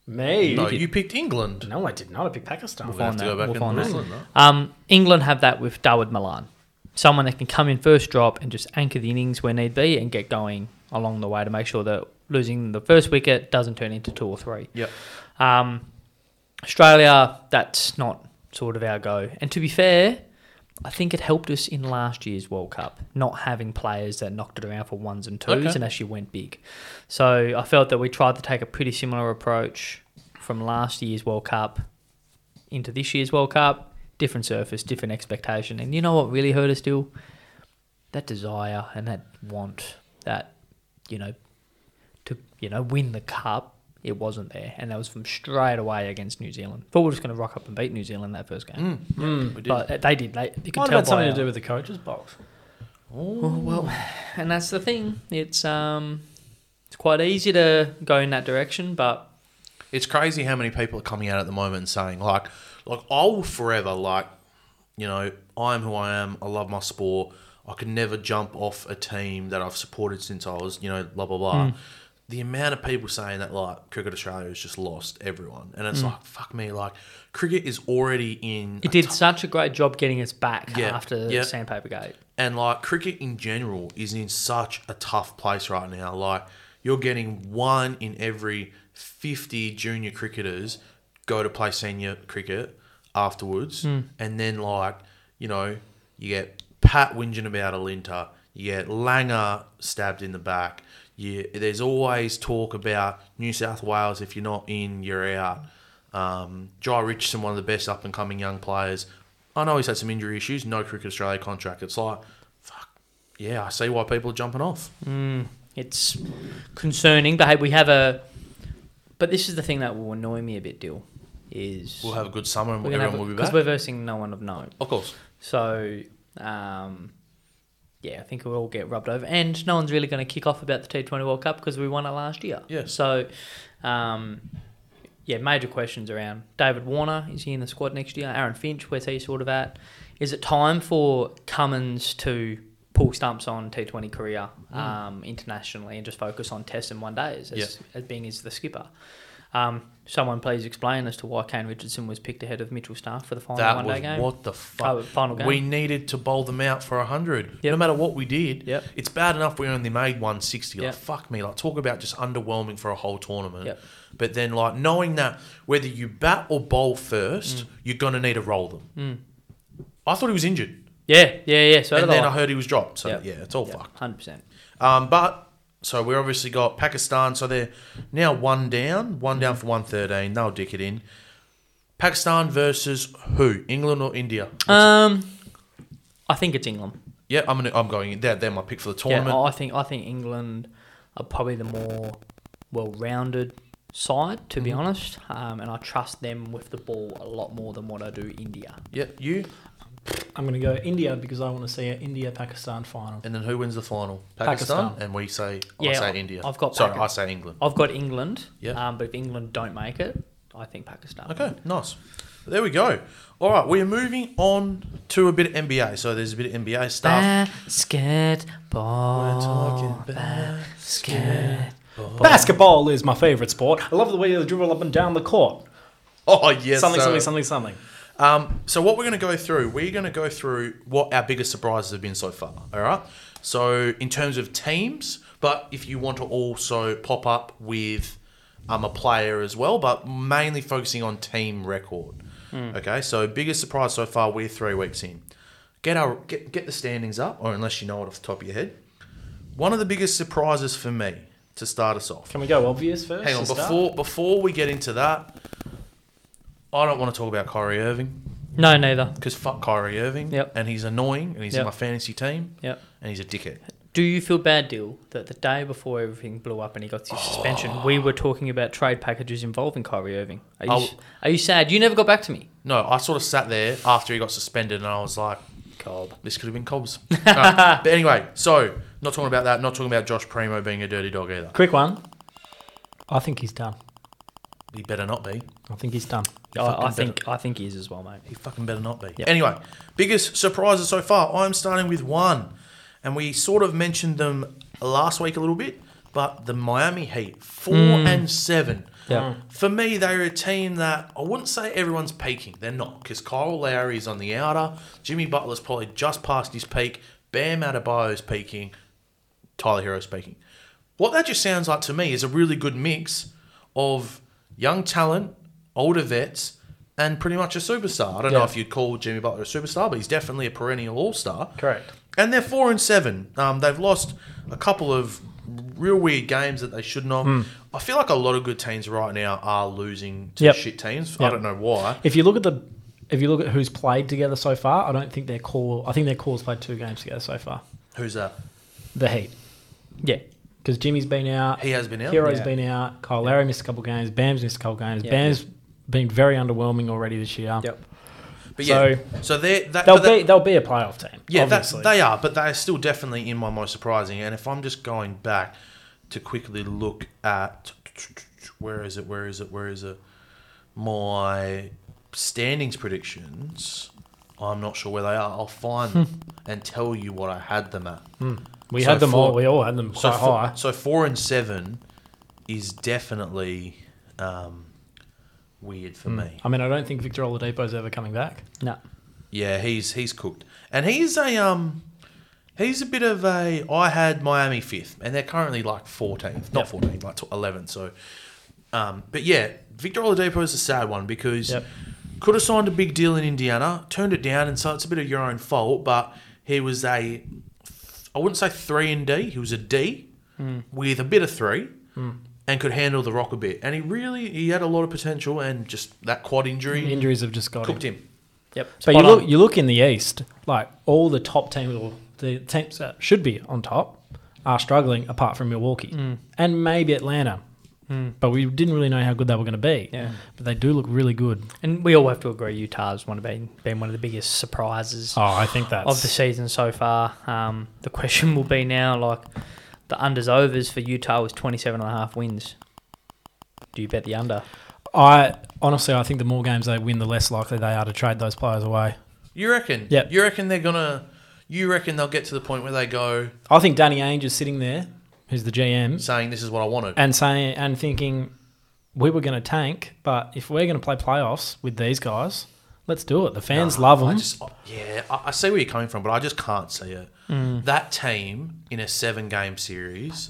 Speaker 6: Me.
Speaker 4: no, you picked England.
Speaker 6: No, I did not. I picked Pakistan.
Speaker 4: We'll have
Speaker 5: find
Speaker 4: to
Speaker 5: that.
Speaker 4: go back
Speaker 5: We'll find
Speaker 4: and
Speaker 5: that.
Speaker 4: listen. no?
Speaker 5: Um, England have that with Dawid Milan, someone that can come in first drop and just anchor the innings where need be and get going along the way to make sure that losing the first wicket doesn't turn into two or three.
Speaker 4: Yep.
Speaker 5: Um, Australia, that's not sort of our go. And to be fair, I think it helped us in last year's World Cup, not having players that knocked it around for ones and twos
Speaker 4: Okay.
Speaker 5: and actually went big. So I felt that we tried to take a pretty similar approach from last year's World Cup into this year's World Cup. Different surface, different expectation. And you know what really hurt us still? That desire and that want, that, you know, to you know win the cup. It wasn't there, and that was from straight away against New Zealand. Thought we were just going to rock up and beat New Zealand that first game,
Speaker 4: We did.
Speaker 5: but they did. They you can
Speaker 6: Mm. Might have
Speaker 5: tell
Speaker 6: had
Speaker 5: by
Speaker 6: something
Speaker 5: our-
Speaker 6: to do with the coach's box.
Speaker 5: and that's the thing. It's um, it's quite easy to go in that direction, but
Speaker 4: it's crazy how many people are coming out at the moment and saying like like I will forever like you know I am who I am I love my sport I can never jump off a team that I've supported since I was you know blah blah blah the amount of people saying that like cricket Australia has just lost everyone and it's like fuck me like cricket is already in
Speaker 5: it
Speaker 4: a
Speaker 5: did such a great job getting us back
Speaker 4: Yeah,
Speaker 5: after
Speaker 4: yeah.
Speaker 5: the Sandpaper Gate.
Speaker 4: and like cricket in general is in such a tough place right now. Like you're getting one in every 50 junior cricketers go to play senior cricket afterwards. And then like, you know, you get Pat whinging about a linter, you get Langer stabbed in the back. You, there's always talk about New South Wales. If you're not in, you're out. Um, Jai Richardson, one of the best up and coming young players, I know he's had some injury issues, no Cricket Australia contract. It's like, fuck, yeah, I see why people are jumping off.
Speaker 5: It's concerning, but hey, we have a. But this is the thing that will annoy me a bit, Dill. Is
Speaker 4: We'll have a good summer and
Speaker 5: we're gonna have
Speaker 4: everyone
Speaker 5: a-
Speaker 4: will be back.
Speaker 5: because we're versing no one of note.
Speaker 4: Of course.
Speaker 5: So, um, yeah, I think we'll all get rubbed over. And no one's really going to kick off about the T20 World Cup because we won it last year.
Speaker 4: Yeah.
Speaker 5: So, um, yeah, major questions around David Warner. Is he in the squad next year? Aaron Finch, where's he sort of at? Is it time for Cummins to pull stumps on T20 career
Speaker 4: Mm.
Speaker 5: um, internationally and just focus on tests and one days as, as being is the skipper. Um, someone please explain as to why Kane Richardson was picked ahead of Mitchell Stark for the final
Speaker 4: That
Speaker 5: one
Speaker 4: was
Speaker 5: day game.
Speaker 4: what the
Speaker 5: Oh,
Speaker 4: fuck.
Speaker 5: final game.
Speaker 4: We needed to bowl them out for hundred, no
Speaker 5: Yep.
Speaker 4: matter what we did.
Speaker 5: Yep.
Speaker 4: It's bad enough we only made one sixty. Like
Speaker 5: Yep.
Speaker 4: fuck me, like talk about just underwhelming for a whole tournament.
Speaker 5: Yep.
Speaker 4: But then like knowing that whether you bat or bowl
Speaker 5: Mm.
Speaker 4: first, you're gonna need to roll them. I thought he was injured,
Speaker 5: yeah, yeah, yeah. So
Speaker 4: and then I heard "Oh, he was dropped. So
Speaker 5: Yep.
Speaker 4: yeah, it's all fucked.
Speaker 5: Hundred percent.
Speaker 4: Um, but so we obviously got Pakistan. So they're now one down, one down for one thirteen. They'll dick it in. Pakistan versus who? England or India?
Speaker 5: Um, I think it's England.
Speaker 4: yeah, I'm gonna, I'm going. They're, they're my pick for the tournament.
Speaker 5: Yeah, I think I think England are probably the more well-rounded side, to be
Speaker 4: Mm-hmm.
Speaker 5: honest. Um, and I trust them with the ball a lot more than what I do India.
Speaker 4: yeah, you.
Speaker 6: I'm going to go India because I want to see an India Pakistan final.
Speaker 4: And then who wins the final? Pakistan.
Speaker 6: Pakistan.
Speaker 4: And we say, I
Speaker 5: Yeah,
Speaker 4: say
Speaker 5: I-
Speaker 4: India.
Speaker 5: I've got
Speaker 4: Sorry,
Speaker 5: Paki-
Speaker 4: I say England.
Speaker 5: I've got England.
Speaker 4: Yeah.
Speaker 5: Um, but if England don't make it, I think Pakistan.
Speaker 4: Okay, nice. There we go. All right, we're moving on to a bit of NBA. So there's a bit of NBA stuff. We're
Speaker 5: Basketball.
Speaker 4: talking about- *laughs*
Speaker 5: Basket.
Speaker 4: Oh.
Speaker 6: Basketball is my favourite sport. I love the way they dribble up and down the court.
Speaker 4: Oh yes,
Speaker 6: something,
Speaker 4: sir.
Speaker 6: something, something, something.
Speaker 4: Um, so what we're going to go through, we're going to go through what our biggest surprises have been so far. All right. So in terms of teams, but if you want to also pop up with um, a player as well, but mainly focusing on team record. Okay. So biggest surprise so far. We're three weeks in. Get our get, get the standings up, or unless you know it off the top of your head. One of the biggest surprises for me to start us off.
Speaker 6: Can we go obvious first?
Speaker 4: Hang on,
Speaker 6: to start?
Speaker 4: before before we get into that, I don't want to talk about Kyrie Irving
Speaker 5: No, neither.
Speaker 4: because fuck Kyrie Irving.
Speaker 5: Yep.
Speaker 4: And he's annoying, and he's in
Speaker 5: Yep.
Speaker 4: my fantasy team,
Speaker 5: Yep.
Speaker 4: and he's a dickhead.
Speaker 5: Do you feel bad, Dill, that the day before everything blew up and he got his suspension, we were talking about trade packages involving Kyrie Irving? Are you,
Speaker 4: I'll-
Speaker 5: are you sad? You never got back to me.
Speaker 4: No, I sort of sat there after he got suspended, and I was like,
Speaker 5: Cobb.
Speaker 4: this could have
Speaker 5: *laughs*
Speaker 4: been Cobbs. No, but anyway, so not talking about that. Not talking about Josh Primo being a dirty dog either.
Speaker 6: Quick one. I think he's done.
Speaker 4: He better not be.
Speaker 6: I think he's done.
Speaker 5: I, I
Speaker 4: fucking
Speaker 5: think I think he is as well, mate.
Speaker 4: He fucking better not be. Anyway, biggest surprises so far. I'm starting with one, and we sort of mentioned them last week a little bit, but the Miami Heat, four and seven.
Speaker 5: Yeah.
Speaker 4: For me, they're a team that I wouldn't say everyone's peaking. They're not because Kyle Lowry is on the outer. Jimmy Butler's probably just past his peak. Bam Adebayo's peaking. Tyler Hero's peaking. What that just sounds like to me is a really good mix of young talent, older vets, and pretty much a superstar. I don't know
Speaker 6: Yeah.
Speaker 4: if you'd call Jimmy Butler a superstar, but he's definitely a perennial all star.
Speaker 6: Correct.
Speaker 4: And they're four and seven. Um, they've lost a couple of real weird games that they should not.
Speaker 6: Hmm.
Speaker 4: I feel like a lot of good teams right now are losing to
Speaker 6: Yep.
Speaker 4: shit teams. I
Speaker 6: Yep.
Speaker 4: don't know why.
Speaker 6: If you look at the, if you look at who's played together so far, I don't think their core. I think their core's played two games together so far.
Speaker 4: Who's that?
Speaker 6: The Heat,
Speaker 5: Yeah.
Speaker 6: because Jimmy's been out.
Speaker 4: He has been out.
Speaker 6: Hero's
Speaker 5: Yeah.
Speaker 6: been out. Kyle Larry missed a couple games. Bam's missed a couple games.
Speaker 5: Yeah.
Speaker 6: Bam's been very underwhelming already this year.
Speaker 4: But yeah, so,
Speaker 6: So-
Speaker 4: they're that,
Speaker 6: They'll
Speaker 4: but that-
Speaker 6: be they'll be a playoff team.
Speaker 4: Yeah, that's,
Speaker 6: obviously.
Speaker 4: they are, but they are still definitely in my most surprising. And if I'm just going back to quickly look at where is it, where is it, where is it, my standings predictions, I'm not sure where they are. I'll find them
Speaker 6: Hmm.
Speaker 4: and tell you what I had them at.
Speaker 6: we
Speaker 4: so
Speaker 6: had them
Speaker 4: for-
Speaker 6: all. We all had them Hmm, quite
Speaker 4: So, four,
Speaker 6: high.
Speaker 4: so four and seven is definitely um, weird for me.
Speaker 6: I mean, I don't think Victor Oladipo's ever coming back.
Speaker 4: Mm-hmm.
Speaker 5: No.
Speaker 4: Yeah, he's he's cooked, and he's a um, he's a bit of a. I had Miami fifth, and they're currently like fourteenth, not
Speaker 6: Yep.
Speaker 4: fourteenth, like eleventh. So, um, but yeah, Victor Oladipo is a sad one because
Speaker 6: Yep.
Speaker 4: could have signed a big deal in Indiana, turned it down, and so it's a bit of your own fault. But he was a, I wouldn't say three and D. He was a D
Speaker 6: Hmm.
Speaker 4: with a bit of three. And could handle the rock a bit, and he really he had a lot of potential, and just that quad injury
Speaker 6: Injuries have just got him.
Speaker 4: cooked him.
Speaker 5: Yep.
Speaker 6: But
Speaker 5: Spot
Speaker 6: you
Speaker 5: on.
Speaker 6: look, you look in the East, like all the top teams, or the teams that should be on top, are struggling apart from Milwaukee and maybe Atlanta. But we didn't really know how good they were going to be.
Speaker 5: Yeah.
Speaker 6: But they do look really good.
Speaker 5: and we all have to agree Utah's one of been been one of the biggest surprises
Speaker 6: Oh, I think that's
Speaker 5: of the season so far. Um, the question will be now like the unders overs for Utah was 27 and a half wins. Do you bet the under?
Speaker 6: I honestly, I think the more games they win, the less likely they are to trade those players away.
Speaker 4: You reckon?
Speaker 6: Yep.
Speaker 4: You reckon they're gonna? You reckon they'll get to the point where they go
Speaker 6: I think Danny Ainge is sitting there, who's the GM,
Speaker 4: saying, "This is what I wanted."
Speaker 6: and saying and thinking, we were going to tank, but if we're going to play playoffs with these guys, let's do it. The fans love 'em. love
Speaker 4: I
Speaker 6: them.
Speaker 4: just, yeah, I, I see where you're coming from, but I just can't see it.
Speaker 6: Hmm.
Speaker 4: That team in a seven-game series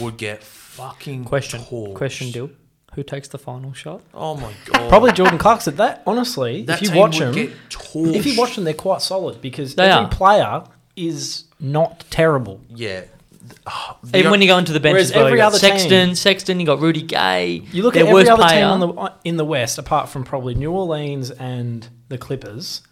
Speaker 4: would get fucking
Speaker 5: Question.
Speaker 4: torched.
Speaker 5: Question, Dill. Who takes the final shot?
Speaker 4: Oh my god!
Speaker 6: Probably Jordan Clarkson. That honestly,
Speaker 4: That
Speaker 6: if you
Speaker 4: team
Speaker 6: watch
Speaker 4: would
Speaker 6: them,
Speaker 4: get torched.
Speaker 6: if you watch them, they're quite solid because
Speaker 5: They
Speaker 6: every
Speaker 5: are.
Speaker 6: player is not terrible.
Speaker 4: yeah. Oh, the
Speaker 5: Even
Speaker 4: o-
Speaker 5: when you go into the bench,
Speaker 6: Whereas
Speaker 5: as well,
Speaker 6: every
Speaker 5: you got
Speaker 6: other
Speaker 5: Sexton,
Speaker 6: team-
Speaker 5: Sexton, you got Rudy Gay.
Speaker 6: You look
Speaker 5: their
Speaker 6: at every
Speaker 5: worst
Speaker 6: other
Speaker 5: player.
Speaker 6: team on the uh, in the West, apart from probably New Orleans and the Clippers.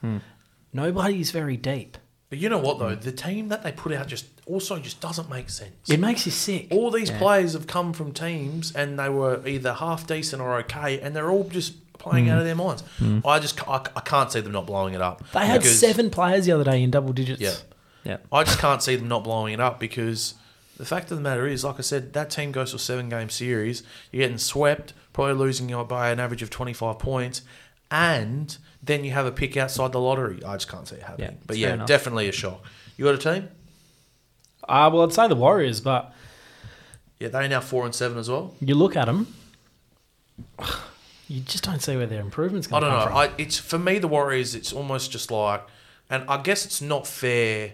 Speaker 6: Nobody's very deep.
Speaker 4: But you know what though, the team that they put out just also just doesn't make sense.
Speaker 6: It makes you sick.
Speaker 4: all these players have come from teams and they were either half decent or okay, and they're all just playing out of their minds. I just ca- I, c- I can't see them not blowing it up.
Speaker 6: They had
Speaker 4: because-
Speaker 6: seven players the other day in double digits.
Speaker 4: Yeah,
Speaker 5: Yeah.
Speaker 4: I just can't see them not blowing it up because the fact of the matter is, like I said, that team goes to a seven game series. You're getting swept, probably losing you know, by an average of 25 points, and then you have a pick outside the lottery. I just can't see it happening.
Speaker 5: Yeah,
Speaker 4: but
Speaker 5: fair
Speaker 4: yeah,
Speaker 5: enough.
Speaker 4: definitely a shock. You got a team?
Speaker 6: Uh, well, I'd say the Warriors, but
Speaker 4: Yeah, they're now four and seven as well.
Speaker 6: you look at them, *sighs* you just don't see where their improvements
Speaker 4: I
Speaker 6: going to
Speaker 4: don't
Speaker 6: come
Speaker 4: know.
Speaker 6: from.
Speaker 4: I, it's for me the Warriors. It's almost just like, and I guess it's not fair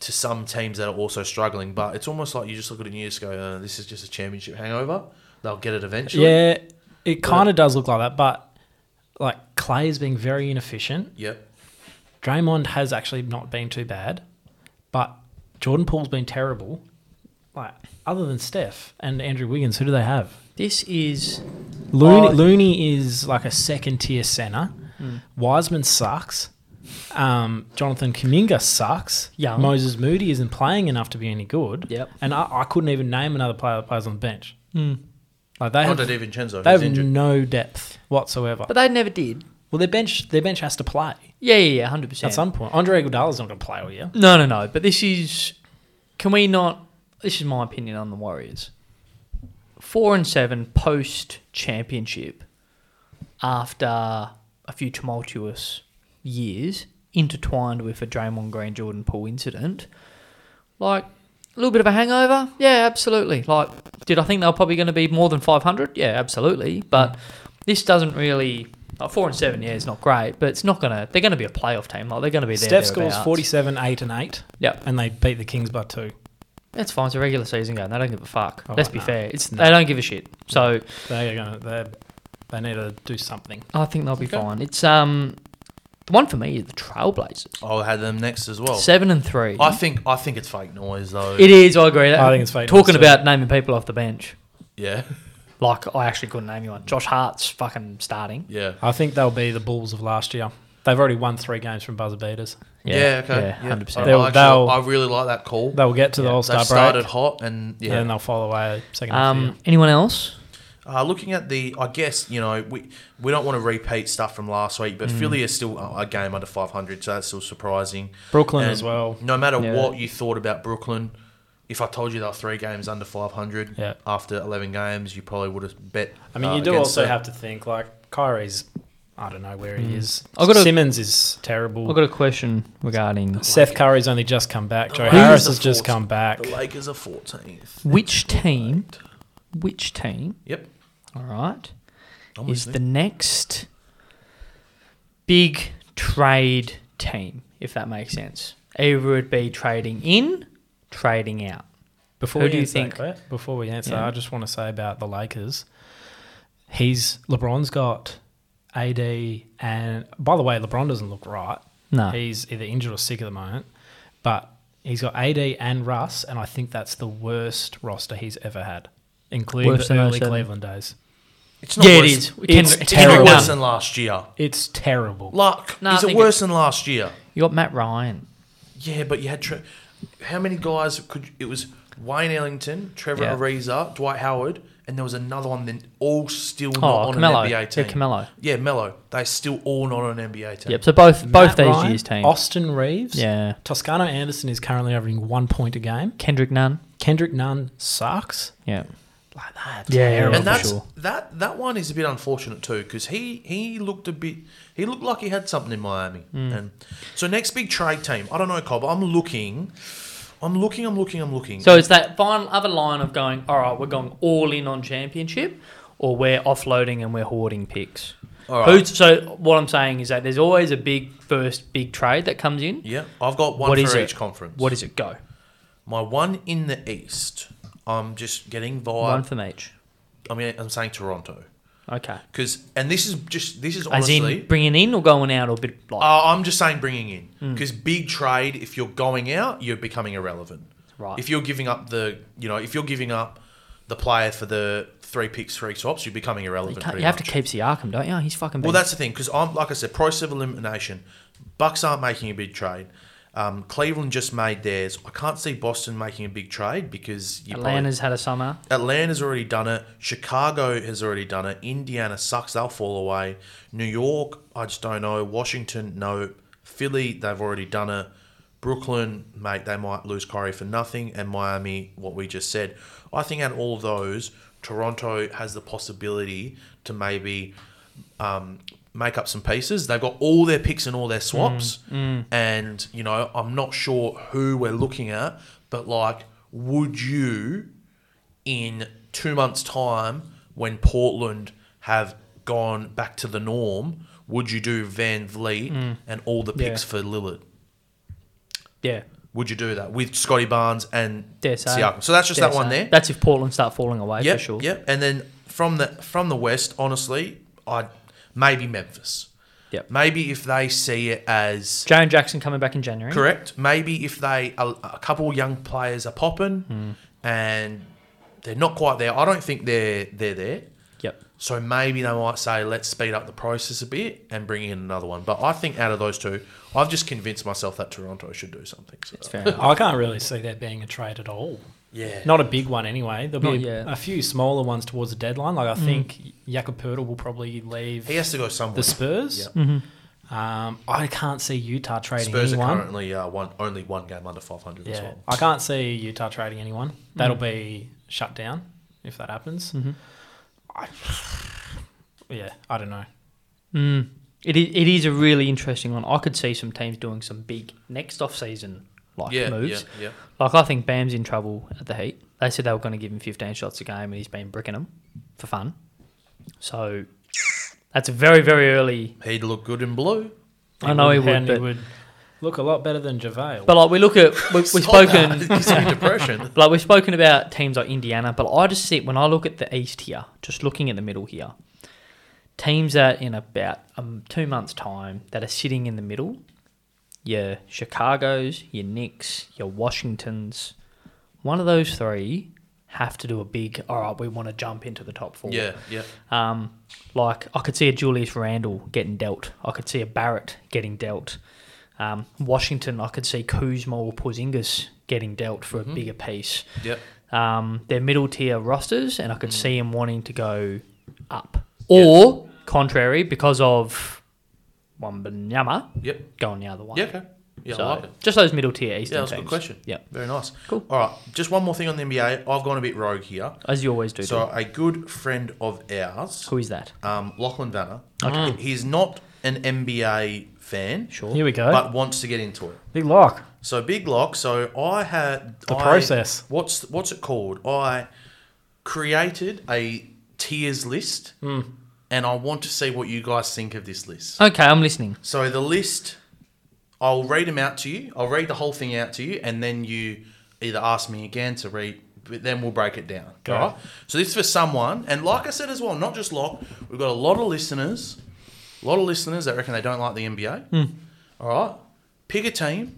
Speaker 4: to some teams that are also struggling, but it's almost like you just look at it and you just go, uh, "This is just a championship hangover. They'll get it eventually."
Speaker 6: yeah, it kind of does look like that, but like Clay is being very inefficient.
Speaker 4: Yep.
Speaker 6: Draymond has actually not been too bad, but Jordan Poole's been terrible. Like other than Steph and Andrew Wiggins, who do they have?
Speaker 5: This is
Speaker 6: Looney,
Speaker 5: Oh.
Speaker 6: Looney is like a second tier center.
Speaker 5: Hmm.
Speaker 6: Wiseman sucks. Um, Jonathan Kaminga sucks.
Speaker 5: Young.
Speaker 6: Moses Moody isn't playing enough to be any good.
Speaker 5: Yep. Hmm.
Speaker 6: And I, I couldn't even name another player that plays on the bench. Like they
Speaker 4: Oh,
Speaker 6: have,
Speaker 4: Di
Speaker 6: they
Speaker 4: Vincenzo.
Speaker 6: have
Speaker 4: He's injured.
Speaker 6: no depth whatsoever.
Speaker 5: But they never did.
Speaker 6: well, their bench their bench has to play
Speaker 5: Yeah, yeah, yeah, hundred percent.
Speaker 6: at some point. Andre Iguodala's not going to play all year.
Speaker 5: No, no, no. But this is. Can we not? This is my opinion on the Warriors. Four and seven post championship, after a few tumultuous years intertwined with a Draymond Green Jordan Poole incident, like a little bit of a hangover. Yeah, absolutely. Like, did I think they were probably going to be more than five hundred? Yeah, absolutely. But this doesn't really. Like four and seven, yeah, it's not great, but it's not gonna. They're gonna be a playoff team. Like they're gonna be there.
Speaker 6: Steph scores
Speaker 5: thereabouts.
Speaker 6: 47, 8, and 8,
Speaker 5: Yep,
Speaker 6: and they beat the Kings by two.
Speaker 5: that's fine. It's a regular season game. They don't give a fuck.
Speaker 6: Oh,
Speaker 5: Let's be
Speaker 6: no.
Speaker 5: fair. It's
Speaker 6: No.
Speaker 5: they don't give a shit. So
Speaker 6: They're going to they need to do something.
Speaker 5: I think they'll be fine. It's um the one for me is the Trailblazers.
Speaker 4: I had them next as
Speaker 6: Oh.
Speaker 4: well.
Speaker 5: Seven and three.
Speaker 4: I think I think it's fake noise though.
Speaker 5: it is. I agree.
Speaker 6: I think it's fake
Speaker 5: Talking
Speaker 6: news, too.
Speaker 5: about naming people off the bench.
Speaker 4: Yeah,
Speaker 5: Like I actually couldn't name anyone. Josh Hart's fucking starting.
Speaker 4: yeah.
Speaker 6: I think they'll be the Bulls of last year. They've already won three games from buzzer beaters.
Speaker 4: Yeah, okay. Yeah,
Speaker 5: hundred
Speaker 4: I,
Speaker 5: percent.
Speaker 6: They'll-
Speaker 4: I actually-
Speaker 6: they'll-
Speaker 4: I really like that call. They
Speaker 6: They'll get to the All Star
Speaker 4: started
Speaker 6: break,
Speaker 4: hot and yeah.
Speaker 6: and then they'll fall away second half of the
Speaker 5: Um,
Speaker 6: year.
Speaker 5: anyone else?
Speaker 4: Uh, looking at the, I guess you know we we don't want to repeat stuff from last week, but
Speaker 6: Mm.
Speaker 4: Philly is still uh, a a game under 500, so that's still surprising.
Speaker 6: Brooklyn
Speaker 4: And
Speaker 6: as well.
Speaker 4: No matter
Speaker 5: Yeah.
Speaker 4: what you thought about Brooklyn, if I told you they were three games under 500
Speaker 6: Yeah.
Speaker 4: after 11 games, you probably would have bet.
Speaker 6: I mean,
Speaker 4: uh,
Speaker 6: you do
Speaker 4: against
Speaker 6: also
Speaker 4: that.
Speaker 6: have to think like Kyrie's. I don't know where he is.
Speaker 5: I've got a-
Speaker 6: Simmons is
Speaker 5: I've
Speaker 6: terrible.
Speaker 5: got a question regarding
Speaker 6: Seth Curry's only just come back. Joe
Speaker 4: Who's
Speaker 6: Harris
Speaker 4: the
Speaker 6: has just
Speaker 4: fourth?
Speaker 6: come back.
Speaker 4: The Lakers are 14th.
Speaker 5: which team, which team,
Speaker 4: Yep.
Speaker 5: all right,
Speaker 4: I'm
Speaker 5: is
Speaker 4: listening.
Speaker 5: the next big trade team, if that makes sense. Either it be trading in, trading out.
Speaker 6: Before
Speaker 5: Who
Speaker 6: we
Speaker 5: do you
Speaker 6: answer
Speaker 5: think-
Speaker 6: that, Claire, before we answer,
Speaker 5: Yeah.
Speaker 6: I just want to say about the Lakers. He's LeBron's got AD, and by the way, LeBron doesn't look right.
Speaker 5: No.
Speaker 6: he's either injured or sick at the moment, but he's got AD and Russ, and I think that's the worst roster he's ever had, including
Speaker 5: Worse
Speaker 6: the
Speaker 5: than
Speaker 6: early
Speaker 5: 07.
Speaker 6: Cleveland days.
Speaker 4: It's
Speaker 5: Yeah, it
Speaker 4: worse-
Speaker 5: is.
Speaker 6: It's
Speaker 5: Kendrick-
Speaker 4: It's not
Speaker 5: Kendrick
Speaker 4: worse
Speaker 5: Nunn.
Speaker 4: than last year.
Speaker 6: It's terrible.
Speaker 4: Luck.
Speaker 5: No, I
Speaker 4: is it
Speaker 5: think
Speaker 4: worse than last year?
Speaker 5: You got Matt Ryan.
Speaker 4: Yeah, but you had tre- how many guys could it was Wayne Ellington, Trevor
Speaker 5: Yeah.
Speaker 4: Ariza, Dwight Howard, and there was another one then all still not
Speaker 5: Oh,
Speaker 4: on
Speaker 5: Camelo.
Speaker 4: an NBA team.
Speaker 5: Yeah, Camelo.
Speaker 4: Yeah, Mello. They still all not on an NBA team.
Speaker 5: Yep. So both both
Speaker 6: Matt
Speaker 5: these
Speaker 6: Ryan,
Speaker 5: years' teams.
Speaker 6: Austin Reeves.
Speaker 5: Yeah.
Speaker 6: Toscano Anderson is currently averaging one point a game.
Speaker 5: Kendrick Nunn.
Speaker 6: Kendrick Nunn sucks.
Speaker 5: Yeah.
Speaker 6: like that.
Speaker 5: Yeah, yeah,
Speaker 6: Terrible.
Speaker 5: yeah.
Speaker 4: and
Speaker 5: for
Speaker 4: that's
Speaker 5: sure.
Speaker 4: that that one is a bit unfortunate too because he he looked a bit he looked like he had something in Miami.
Speaker 5: Mm.
Speaker 4: And so next big trade team, I don't know, Cobb. I'm looking, I'm looking, I'm looking, I'm looking.
Speaker 5: So it's that final other line of going, all right, we're going all in on championship, or we're offloading and we're hoarding picks.
Speaker 4: All right.
Speaker 5: Who's, so what I'm saying is that there's always a big first big trade that comes in.
Speaker 4: yeah, I've got one
Speaker 5: What
Speaker 4: for
Speaker 5: is
Speaker 4: each
Speaker 5: it?
Speaker 4: conference.
Speaker 5: What is it? Go
Speaker 4: my one in the East? I'm just getting
Speaker 5: one
Speaker 4: via.
Speaker 5: from each.
Speaker 4: I mean, I'm saying Toronto
Speaker 5: Okay.
Speaker 4: because and this is just this is
Speaker 5: As
Speaker 4: honestly.
Speaker 5: in bringing in or going out or bit like
Speaker 4: Uh, I'm just saying bringing
Speaker 5: Hmm.
Speaker 4: in because big trade. If you're going out, you're becoming irrelevant.
Speaker 5: Right.
Speaker 4: If you're giving up the, you know, if you're giving up the player for the three picks, three swaps, you're becoming irrelevant.
Speaker 5: you, can't,
Speaker 4: pretty
Speaker 5: you have
Speaker 4: much.
Speaker 5: to keep Siakam, don't you? He's fucking.
Speaker 4: Well,
Speaker 5: been-
Speaker 4: that's the thing because I'm like I said, process of elimination. Bucks aren't making a big trade. Um, Cleveland just made theirs. I can't see Boston making a big trade because you probably-
Speaker 5: Atlanta's had a summer.
Speaker 4: Atlanta's already done it. Chicago has already done it. Indiana sucks. They'll fall away. New York, I just don't know. Washington, no. Philly, they've already done it. Brooklyn, mate, they might lose Curry for nothing. And Miami, what we just said. I think out of all of those, Toronto has the possibility to maybe um, make up some pieces. They've got all their picks and all their swaps, and you know I'm not sure who we're looking at, but like, would you in two months' time when Portland have gone back to the norm? Would you do Van Vliet and all the picks
Speaker 5: Mm. Yeah.
Speaker 4: for Lillard?
Speaker 5: Yeah.
Speaker 4: Would you do that with Scotty Barnes and
Speaker 5: Dare say.
Speaker 4: Siakam? So that's just
Speaker 5: Dare
Speaker 4: that one
Speaker 5: say.
Speaker 4: there.
Speaker 5: That's if Portland start falling away
Speaker 4: Yep,
Speaker 5: for sure.
Speaker 4: Yep. And then from the from the West, honestly, I maybe Memphis.
Speaker 5: Yep.
Speaker 4: Maybe if they see it as
Speaker 5: Jaren Jackson coming back in January.
Speaker 4: correct. Maybe if they a, a couple of young players are popping
Speaker 5: Hmm.
Speaker 4: and they're not quite there. I don't think they're they're there.
Speaker 5: Yep.
Speaker 4: So maybe they might say, let's speed up the process a bit and bring in another one. But I think out of those two, I've just convinced myself that Toronto should do something. So.
Speaker 5: It's fair enough.
Speaker 6: I can't really see there being a trade at all.
Speaker 4: Yeah.
Speaker 6: Not a big one anyway. There'll
Speaker 5: Not
Speaker 6: be
Speaker 5: yet. Mm.
Speaker 6: a, a few smaller ones towards the deadline. Like I think Jakob Purtle will probably leave
Speaker 4: He has to go somewhere.
Speaker 6: the Spurs.
Speaker 5: Mm.
Speaker 6: Um, I can't see Utah trading
Speaker 4: Spurs are
Speaker 6: anyone.
Speaker 4: currently uh, one only one game under 500 as
Speaker 6: yeah,
Speaker 4: well.
Speaker 6: I can't see Utah trading anyone. That'll
Speaker 5: Mm.
Speaker 6: be shut down if that happens.
Speaker 5: Mm-hmm.
Speaker 6: I, *sighs* yeah, I don't know.
Speaker 5: Mm. It, is, it is a really interesting one. I could see some teams doing some big next off season like
Speaker 4: Yeah,
Speaker 5: moves.
Speaker 4: yeah, yeah.
Speaker 5: Like I think Bam's in trouble at the Heat. They said they were going to give him 15 shots a game, and he's been bricking them for fun. So that's a very very early.
Speaker 4: He'd look good in blue.
Speaker 5: I know he would,
Speaker 6: and
Speaker 5: but,
Speaker 6: look a lot better than JaVale.
Speaker 5: but like we look at
Speaker 4: *laughs*
Speaker 5: we, we've spoken
Speaker 4: Gives
Speaker 5: *laughs*
Speaker 4: you depression.
Speaker 5: like we've spoken about teams like Indiana, but I just see when I look at the East here, just looking at the middle here, teams that in about um, two months' time that are sitting in the middle, your Chicago's, your Knicks, your Washingtons, one of those three have to do a big. All right, we want to jump into the top four.
Speaker 4: Yeah, yeah.
Speaker 5: Um, like I could see a Julius Randle getting dealt. I could see a Barrett getting dealt. Um, Washington, I could see Kuzma or Porzingis getting dealt for a bigger piece.
Speaker 4: Yep.
Speaker 5: Um, they're middle tier rosters, and I could
Speaker 4: Mm.
Speaker 5: see him wanting to go up. Or contrary, because of Wambanyama
Speaker 4: Yep.
Speaker 5: going the other way.
Speaker 4: Yeah, okay. Yeah,
Speaker 5: So,
Speaker 4: I like it.
Speaker 5: Just those middle tier Eastern
Speaker 4: Yeah, that's a
Speaker 5: teams.
Speaker 4: good question.
Speaker 5: Yeah,
Speaker 4: Very nice.
Speaker 5: Cool.
Speaker 4: All right. Just one more thing on the NBA. I've gone a bit rogue here.
Speaker 5: as you always do.
Speaker 4: So
Speaker 5: Dylan.
Speaker 4: a good friend of ours,
Speaker 5: Who is that?
Speaker 4: um, Lachlan Vanner.
Speaker 5: Okay.
Speaker 4: He's not an NBA fan,
Speaker 5: Sure.
Speaker 6: Here we go.
Speaker 4: but wants to get into it.
Speaker 6: Big lock.
Speaker 4: So big lock. So I had
Speaker 6: The
Speaker 4: I-
Speaker 6: process.
Speaker 4: What's what's it called? I created a tiers list,
Speaker 6: Mm.
Speaker 4: and I want to see what you guys think of this list.
Speaker 5: Okay, I'm listening.
Speaker 4: So the list, I'll read them out to you. I'll read the whole thing out to you, and then you either ask me again to read. But then we'll break it down.
Speaker 6: Go.
Speaker 4: All right. So this is for someone, and like I said as well, not just Lock. We've got a lot of listeners, a lot of listeners that reckon they don't like the NBA.
Speaker 5: Hmm.
Speaker 4: All right. Pick a team,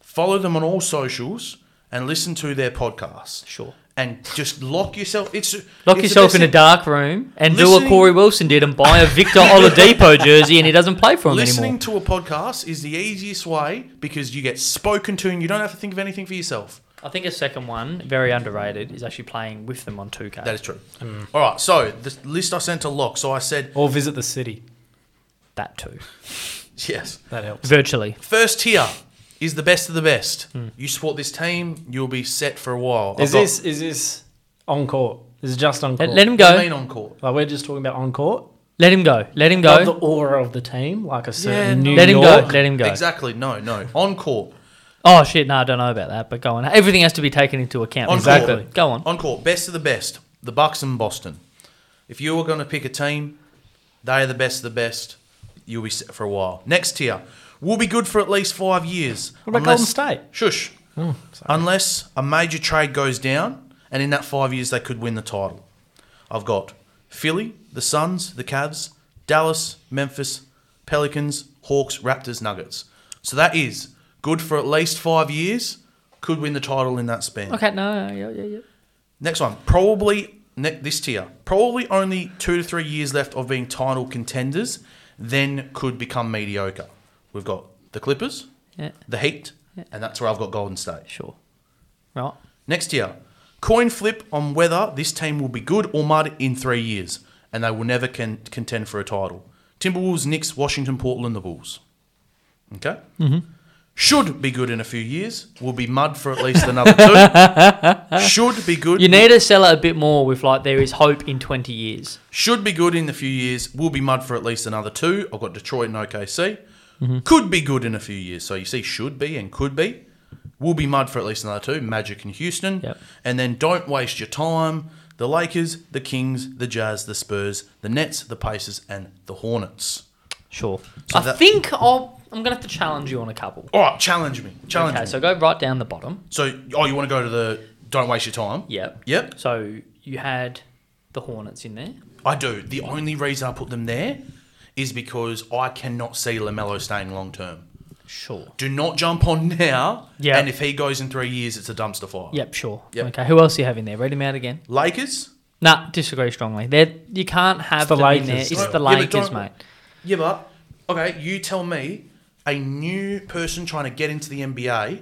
Speaker 4: follow them on all socials, and listen to their podcast.
Speaker 5: Sure.
Speaker 4: And just lock yourself. It's
Speaker 5: Lock
Speaker 4: it's the
Speaker 5: yourself
Speaker 4: best
Speaker 5: in a
Speaker 4: thing.
Speaker 5: dark room and do what
Speaker 4: Listening-
Speaker 5: Corey Wilson did and buy a
Speaker 4: *laughs*
Speaker 5: Victor Oladipo jersey, and he doesn't play for him
Speaker 4: Listening
Speaker 5: anymore.
Speaker 4: to a podcast is the easiest way because you get spoken to and you don't have to think of anything for yourself.
Speaker 5: I think a second one, very underrated, is actually playing with them on 2K.
Speaker 4: That is true.
Speaker 5: Mm.
Speaker 4: All right, so the list I sent to Locke. So I said,
Speaker 6: Or visit the city.
Speaker 5: that too.
Speaker 4: yes.
Speaker 6: That helps.
Speaker 5: Virtually.
Speaker 4: First tier is the best of the
Speaker 5: Hmm.
Speaker 4: best. You support this team, you'll be set for a while. I've
Speaker 6: Is
Speaker 4: got-
Speaker 6: this is this on court? It's just on court.
Speaker 5: Let, let him
Speaker 4: What do you
Speaker 5: go.
Speaker 4: mean on court?
Speaker 6: like we're just talking about on court.
Speaker 5: Let him go. Let him
Speaker 6: Not the
Speaker 5: go.
Speaker 6: aura of the team, like a certain
Speaker 4: no.
Speaker 6: New
Speaker 5: Let him
Speaker 6: York.
Speaker 5: go. Let him go.
Speaker 4: Exactly. No, no. On court.
Speaker 5: Oh shit! No, I don't know about that. But go on. Everything has to be taken into account.
Speaker 4: On
Speaker 5: Exactly.
Speaker 4: court.
Speaker 5: Go on.
Speaker 4: On court. Best of the best. The Bucks and Boston. If you were going to pick a team, they are the best of the best. You'll be set for a while. Next tier. We'll be good for at least five years.
Speaker 6: What about Golden State? Oh,
Speaker 4: Shush. Unless a major trade goes down, and in that five years they could win the title. I've got Philly, the Suns, the Cavs, Dallas, Memphis, Pelicans, Hawks, Raptors, Nuggets. So that is good for at least five years. Could win the title in that span.
Speaker 5: Okay. No. Yeah. Yeah. Yeah.
Speaker 4: Next one, probably ne- this tier, probably only two to three years left of being title contenders, then could become mediocre. We've got the Clippers,
Speaker 5: Yeah.
Speaker 4: the Heat, and that's where I've got Golden State.
Speaker 5: Sure. Right.
Speaker 4: Next tier, coin flip on whether this team will be good or mud in three years, and they will never can- contend for a title. Timberwolves, Knicks, Washington, Portland, the Bulls. Okay. Mm-hmm. Should be good in a few years. Will be mud for at least another
Speaker 5: *laughs*
Speaker 4: two. Should be good.
Speaker 5: You need to sell it a bit more with like there is hope in twenty years.
Speaker 4: Should be good in a few years. Will be mud for at least another two. I've got Detroit and OKC.
Speaker 5: Mm-hmm.
Speaker 4: Could be good in a few years. So you see, should be and could be. Will be mud for at least another two. Magic and Houston.
Speaker 5: Yep.
Speaker 4: And then don't waste your time. The Lakers, the Kings, the Jazz, the Spurs, the Nets, the Pacers, and the Hornets.
Speaker 5: Sure.
Speaker 4: So
Speaker 5: I
Speaker 4: that-
Speaker 5: think I'll, I'm gonna have to challenge you on a couple.
Speaker 4: All right, challenge me. Challenge
Speaker 5: Okay.
Speaker 4: me.
Speaker 5: So go right down the bottom.
Speaker 4: So, oh, you want to go to the don't waste your time?
Speaker 5: Yep.
Speaker 4: Yep.
Speaker 5: So you had the Hornets in there.
Speaker 4: I do. The only reason I put them there is because I cannot see LaMelo staying long term.
Speaker 5: Sure.
Speaker 4: do not jump on *laughs* now.
Speaker 5: Yeah.
Speaker 4: And if he goes in three years, it's a dumpster fire.
Speaker 5: Yep. Sure.
Speaker 4: Yep.
Speaker 5: Okay. Who else do you have in there? Read him out again.
Speaker 4: Lakers.
Speaker 5: Nah, disagree strongly. They're, you can't have
Speaker 6: the
Speaker 5: them
Speaker 6: Lakers.
Speaker 5: in there. It's
Speaker 6: Yeah,
Speaker 5: the
Speaker 4: but
Speaker 5: Lakers,
Speaker 4: don't-
Speaker 5: mate.
Speaker 4: Yeah, but okay, you tell me a new person trying to get into the NBA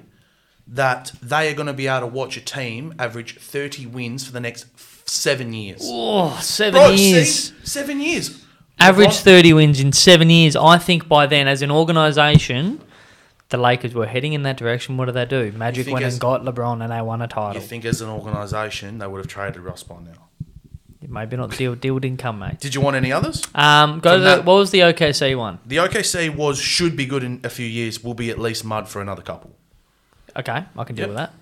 Speaker 4: that they are going to be able to watch a team average 30 wins for the next f- seven years.
Speaker 5: Oh, seven
Speaker 4: Bro, see?
Speaker 5: years.
Speaker 4: seven years.
Speaker 5: Average
Speaker 4: LeBron-
Speaker 5: 30 wins in seven years. I think by then, as an organisation, the Lakers were heading in that direction. What did they do? Magic
Speaker 4: think
Speaker 5: went
Speaker 4: as-
Speaker 5: and got LeBron and they won a
Speaker 4: You
Speaker 5: title.
Speaker 4: think as an organisation they would have traded Russ by now?
Speaker 5: Maybe not deal. Deal didn't come, mate.
Speaker 4: Did you want any others?
Speaker 5: Um, go to
Speaker 4: From
Speaker 5: the,
Speaker 4: that-
Speaker 5: what was the OKC one?
Speaker 4: The OKC was should be good in a few years. Will be at least mud for another couple.
Speaker 5: Okay, I can deal
Speaker 4: Yep.
Speaker 5: with that.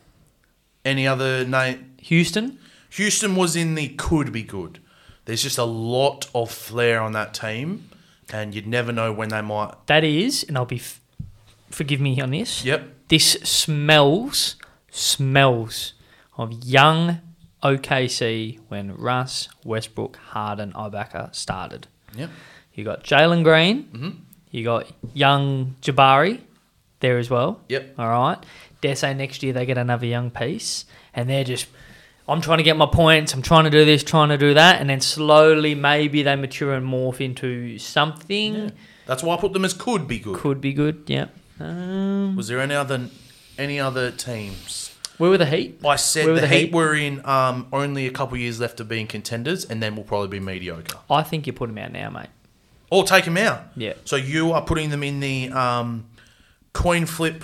Speaker 4: Any other name?
Speaker 5: Houston?
Speaker 4: Houston was in the could be good. There's just a lot of flair on that team, and you'd never know when they might.
Speaker 5: That is, and I'll be. F- forgive me on this.
Speaker 4: Yep.
Speaker 5: This smells, smells of young OKC when Russ, Westbrook, Harden, Ibaka started.
Speaker 4: Yep.
Speaker 5: You got Jalen Green. You got young Jabari there as well.
Speaker 4: Yep.
Speaker 5: All right. Dare say next year they get another young piece, and they're just. I'm trying to get my points. I'm trying to do this, trying to do that, and then slowly maybe they mature and morph into something.
Speaker 4: That's why I put them as could be good.
Speaker 5: Could be good. Yeah. Um,
Speaker 4: Was there any other any other teams?
Speaker 5: where were the Heat?
Speaker 4: I said
Speaker 5: Where were
Speaker 4: the,
Speaker 5: the
Speaker 4: Heat,
Speaker 5: Heat?
Speaker 4: were in um, only a couple years left of being contenders, and then will probably be mediocre.
Speaker 5: I think you put them out now, mate.
Speaker 4: Or take them out.
Speaker 5: Yeah.
Speaker 4: So you are putting them in the um, coin flip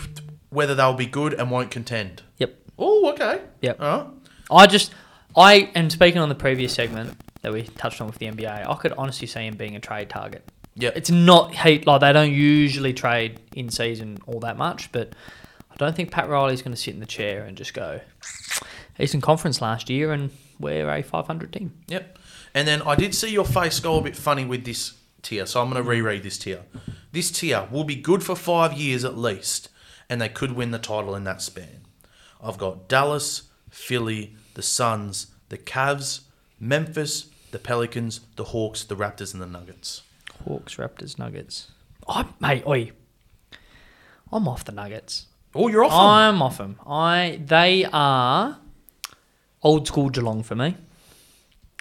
Speaker 4: whether they'll be good and won't contend.
Speaker 5: Yep.
Speaker 4: Oh, okay.
Speaker 5: Yep.
Speaker 4: All right.
Speaker 5: I just, I am speaking on the previous segment that we touched on with the NBA. I could honestly see him being a trade target.
Speaker 4: Yeah.
Speaker 5: It's not heat like they don't usually trade in season all that much, but I don't think Pat Riley's going to sit in the chair and just go Eastern Conference last year and we're a 500 team.
Speaker 4: Yep. And then I did see your face go a bit funny with this tier, so I'm going to reread this tier. This tier will be good for five years at least, and they could win the title in that span. I've got Dallas, Philly, the Suns, the Cavs, Memphis, the Pelicans, the Hawks, the Raptors, and the Nuggets.
Speaker 5: Hawks, Raptors, Nuggets. I mate, oi. I'm off the Nuggets.
Speaker 4: Oh, you're off. them.
Speaker 5: I'm off them. I they are old school Geelong for me.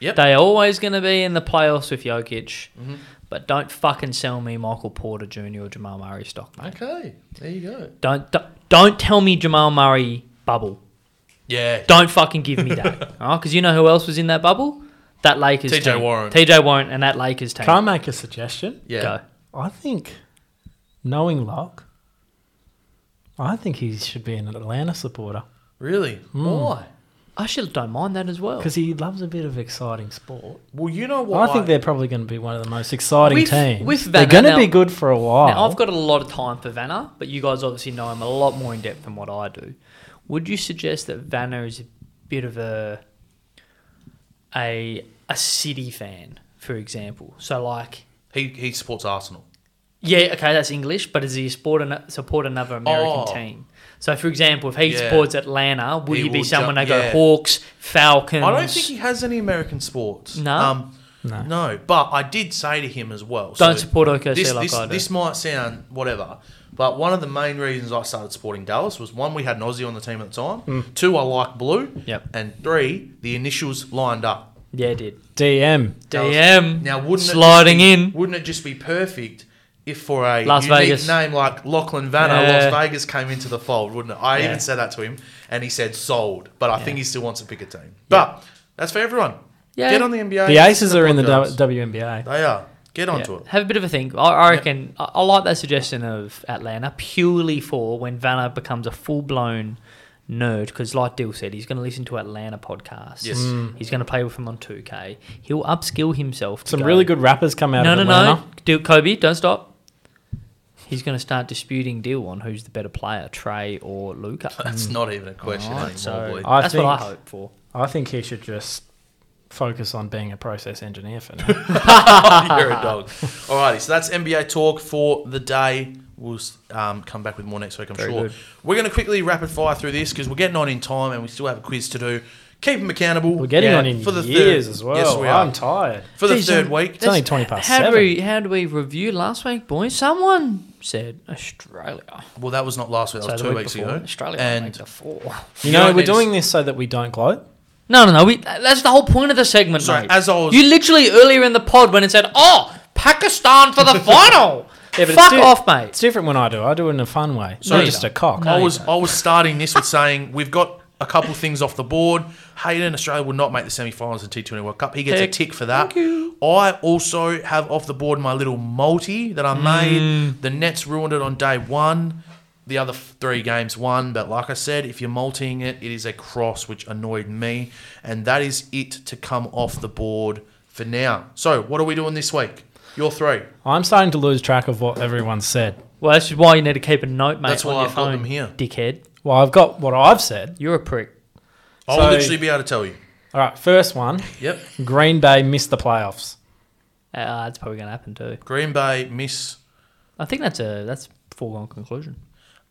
Speaker 4: Yep. Mm-hmm.
Speaker 5: They're always going to be in the playoffs with Jokic, but don't fucking sell me Michael Porter Jr. or Jamal Murray stock, mate.
Speaker 4: Okay. There you go.
Speaker 5: Don't don't- don't tell me Jamal Murray bubble.
Speaker 4: Yeah.
Speaker 5: Don't fucking give me
Speaker 4: *laughs*
Speaker 5: that, all right? Because you know who else was in that bubble? That Lakers
Speaker 4: TJ
Speaker 5: team.
Speaker 4: Warren.
Speaker 5: TJ Warren and that Lakers team.
Speaker 6: Can I make a suggestion?
Speaker 4: Yeah.
Speaker 5: Go.
Speaker 6: I think, knowing Locke, I think he should be an Atlanta supporter.
Speaker 4: Really? Why?
Speaker 5: I should don't mind that as well.
Speaker 6: Because he loves a bit of exciting sport.
Speaker 4: Well, you know
Speaker 6: Well,
Speaker 4: what?
Speaker 6: I think they're probably going to be one of the most exciting
Speaker 5: With-
Speaker 6: teams.
Speaker 5: with
Speaker 6: they're
Speaker 5: Vanna
Speaker 6: going to
Speaker 5: now-
Speaker 6: be good for a while.
Speaker 5: Now, I've got a lot of time for Vanna, but you guys obviously know him a lot more in depth than what I do. Would you suggest that Vanna is a bit of a a a City fan, for example? So like,
Speaker 4: he he supports Arsenal.
Speaker 5: yeah, okay, that's English, but does he support an, support another American
Speaker 4: Oh.
Speaker 5: team? So for example, if he
Speaker 4: Yeah.
Speaker 5: supports Atlanta, would
Speaker 4: He
Speaker 5: he, be
Speaker 4: will
Speaker 5: someone that
Speaker 4: jump-
Speaker 5: go
Speaker 4: yeah.
Speaker 5: Hawks, Falcons?
Speaker 4: I don't think he has any American sports.
Speaker 5: No?
Speaker 4: Um,
Speaker 6: No.
Speaker 4: no. but I did say to him as well.
Speaker 5: Don't support OKC
Speaker 4: this,
Speaker 5: like
Speaker 4: this,
Speaker 5: I do.
Speaker 4: This might sound whatever, but one of the main reasons I started supporting Dallas was one, we had an Aussie on the team at the time. Two, I like blue.
Speaker 5: Yep.
Speaker 4: And three, the initials lined up.
Speaker 5: yeah, it did
Speaker 6: DM.
Speaker 4: Dallas-
Speaker 5: DM
Speaker 4: Now, wouldn't
Speaker 5: sliding
Speaker 4: it just
Speaker 5: in?
Speaker 4: be, Wouldn't it just be perfect if for a
Speaker 5: Las
Speaker 4: unique
Speaker 5: Vegas.
Speaker 4: name like Lachlan Vanna,
Speaker 5: Yeah.
Speaker 4: Las Vegas came into the fold, wouldn't it? I
Speaker 5: Yeah.
Speaker 4: even said that to him, and he said sold. But I think he still wants to pick a team. But that's for everyone.
Speaker 5: Yeah.
Speaker 4: Get on the NBA.
Speaker 6: The Aces are in the
Speaker 4: podcast.
Speaker 6: w- WNBA.
Speaker 4: They are. Get onto
Speaker 5: Yeah,
Speaker 4: it.
Speaker 5: Have a bit of a think. I, I reckon I, I like that suggestion of Atlanta purely for when Vanna becomes a full blown nerd. Because, like Dill said, he's going to listen to Atlanta podcasts.
Speaker 4: Yes. Mm.
Speaker 5: He's going to play with them on 2K. He'll upskill himself. To
Speaker 6: Some
Speaker 5: go-
Speaker 6: really good rappers come out
Speaker 5: No,
Speaker 6: of
Speaker 5: no,
Speaker 6: Atlanta.
Speaker 5: no. Dill, Kobe, don't stop. He's going to start disputing Dill on who's the better player, Trey or Luca.
Speaker 4: That's not even a question anymore,
Speaker 5: so
Speaker 4: boy.
Speaker 6: *laughs* I
Speaker 5: that's what I
Speaker 6: think-
Speaker 5: hope for.
Speaker 6: I think he should just focus on being a process engineer for now.
Speaker 4: *laughs* You're
Speaker 6: Uh-huh.
Speaker 4: a dog. Alrighty, so that's NBA talk for the day. We'll um, come back with more next week, I'm
Speaker 5: Very
Speaker 4: sure.
Speaker 5: good.
Speaker 4: We're going to quickly rapid fire through this because we're getting on in time and we still have a quiz to do. Keep them accountable.
Speaker 6: We're
Speaker 5: *laughs*
Speaker 6: getting on in years
Speaker 4: third,
Speaker 6: as well.
Speaker 4: Yes, we
Speaker 6: I'm
Speaker 4: are.
Speaker 6: tired.
Speaker 4: for the
Speaker 5: Jeez,
Speaker 4: third
Speaker 5: um,
Speaker 4: week.
Speaker 6: It's only 20 past
Speaker 5: how Do
Speaker 6: seven.
Speaker 5: we, how do we review last week, boys? Someone said Australia.
Speaker 4: Well, that was not last week. That was
Speaker 5: So
Speaker 4: two
Speaker 5: the week
Speaker 4: weeks
Speaker 5: before,
Speaker 4: ago.
Speaker 5: Australia and
Speaker 4: and
Speaker 5: the four.
Speaker 6: You know,
Speaker 4: it
Speaker 6: we're
Speaker 4: is-
Speaker 6: doing this so that we don't gloat.
Speaker 5: *laughs* No, no, no. We, that's the whole point of the segment,
Speaker 4: Sorry,
Speaker 5: mate.
Speaker 4: as I was-
Speaker 5: you literally earlier in the pod when it said, "Oh, Pakistan for
Speaker 4: *laughs*
Speaker 5: the final."
Speaker 6: it's
Speaker 5: Fuck
Speaker 6: di-
Speaker 5: off, mate.
Speaker 6: It's different when I do. I do it in a fun way. So
Speaker 5: No, you
Speaker 6: just a
Speaker 5: don't.
Speaker 6: cock.
Speaker 5: No,
Speaker 4: I
Speaker 5: you
Speaker 4: was
Speaker 5: don't.
Speaker 4: I was starting this with saying we've got a couple things off the board. Hayden Australia will not make the semi-finals in T20 World Cup. He gets
Speaker 5: Tick.
Speaker 4: a tick for that. I also have off the board my little multi that I made. The Nets ruined it on day one. The other f- three games won, but like I said, if you're multiing it, it is a cross, which annoyed me, and that is it to come off the board for now. So, what are we doing this week? Your three.
Speaker 6: I'm starting to lose track of what everyone said.
Speaker 5: Well, that's just why you need to keep a note, mate.
Speaker 4: That's
Speaker 5: on
Speaker 4: why
Speaker 5: your
Speaker 4: I've got
Speaker 5: phone,
Speaker 4: them here.
Speaker 5: dickhead.
Speaker 6: Well, I've got what I've said.
Speaker 5: You're a prick.
Speaker 4: I'll
Speaker 6: So-
Speaker 4: literally be able to tell you.
Speaker 6: All right, first one
Speaker 4: Yep.
Speaker 6: Green Bay missed the playoffs.
Speaker 5: Uh, that's probably going to happen too.
Speaker 4: Green Bay miss
Speaker 5: I think that's a that's foregone conclusion.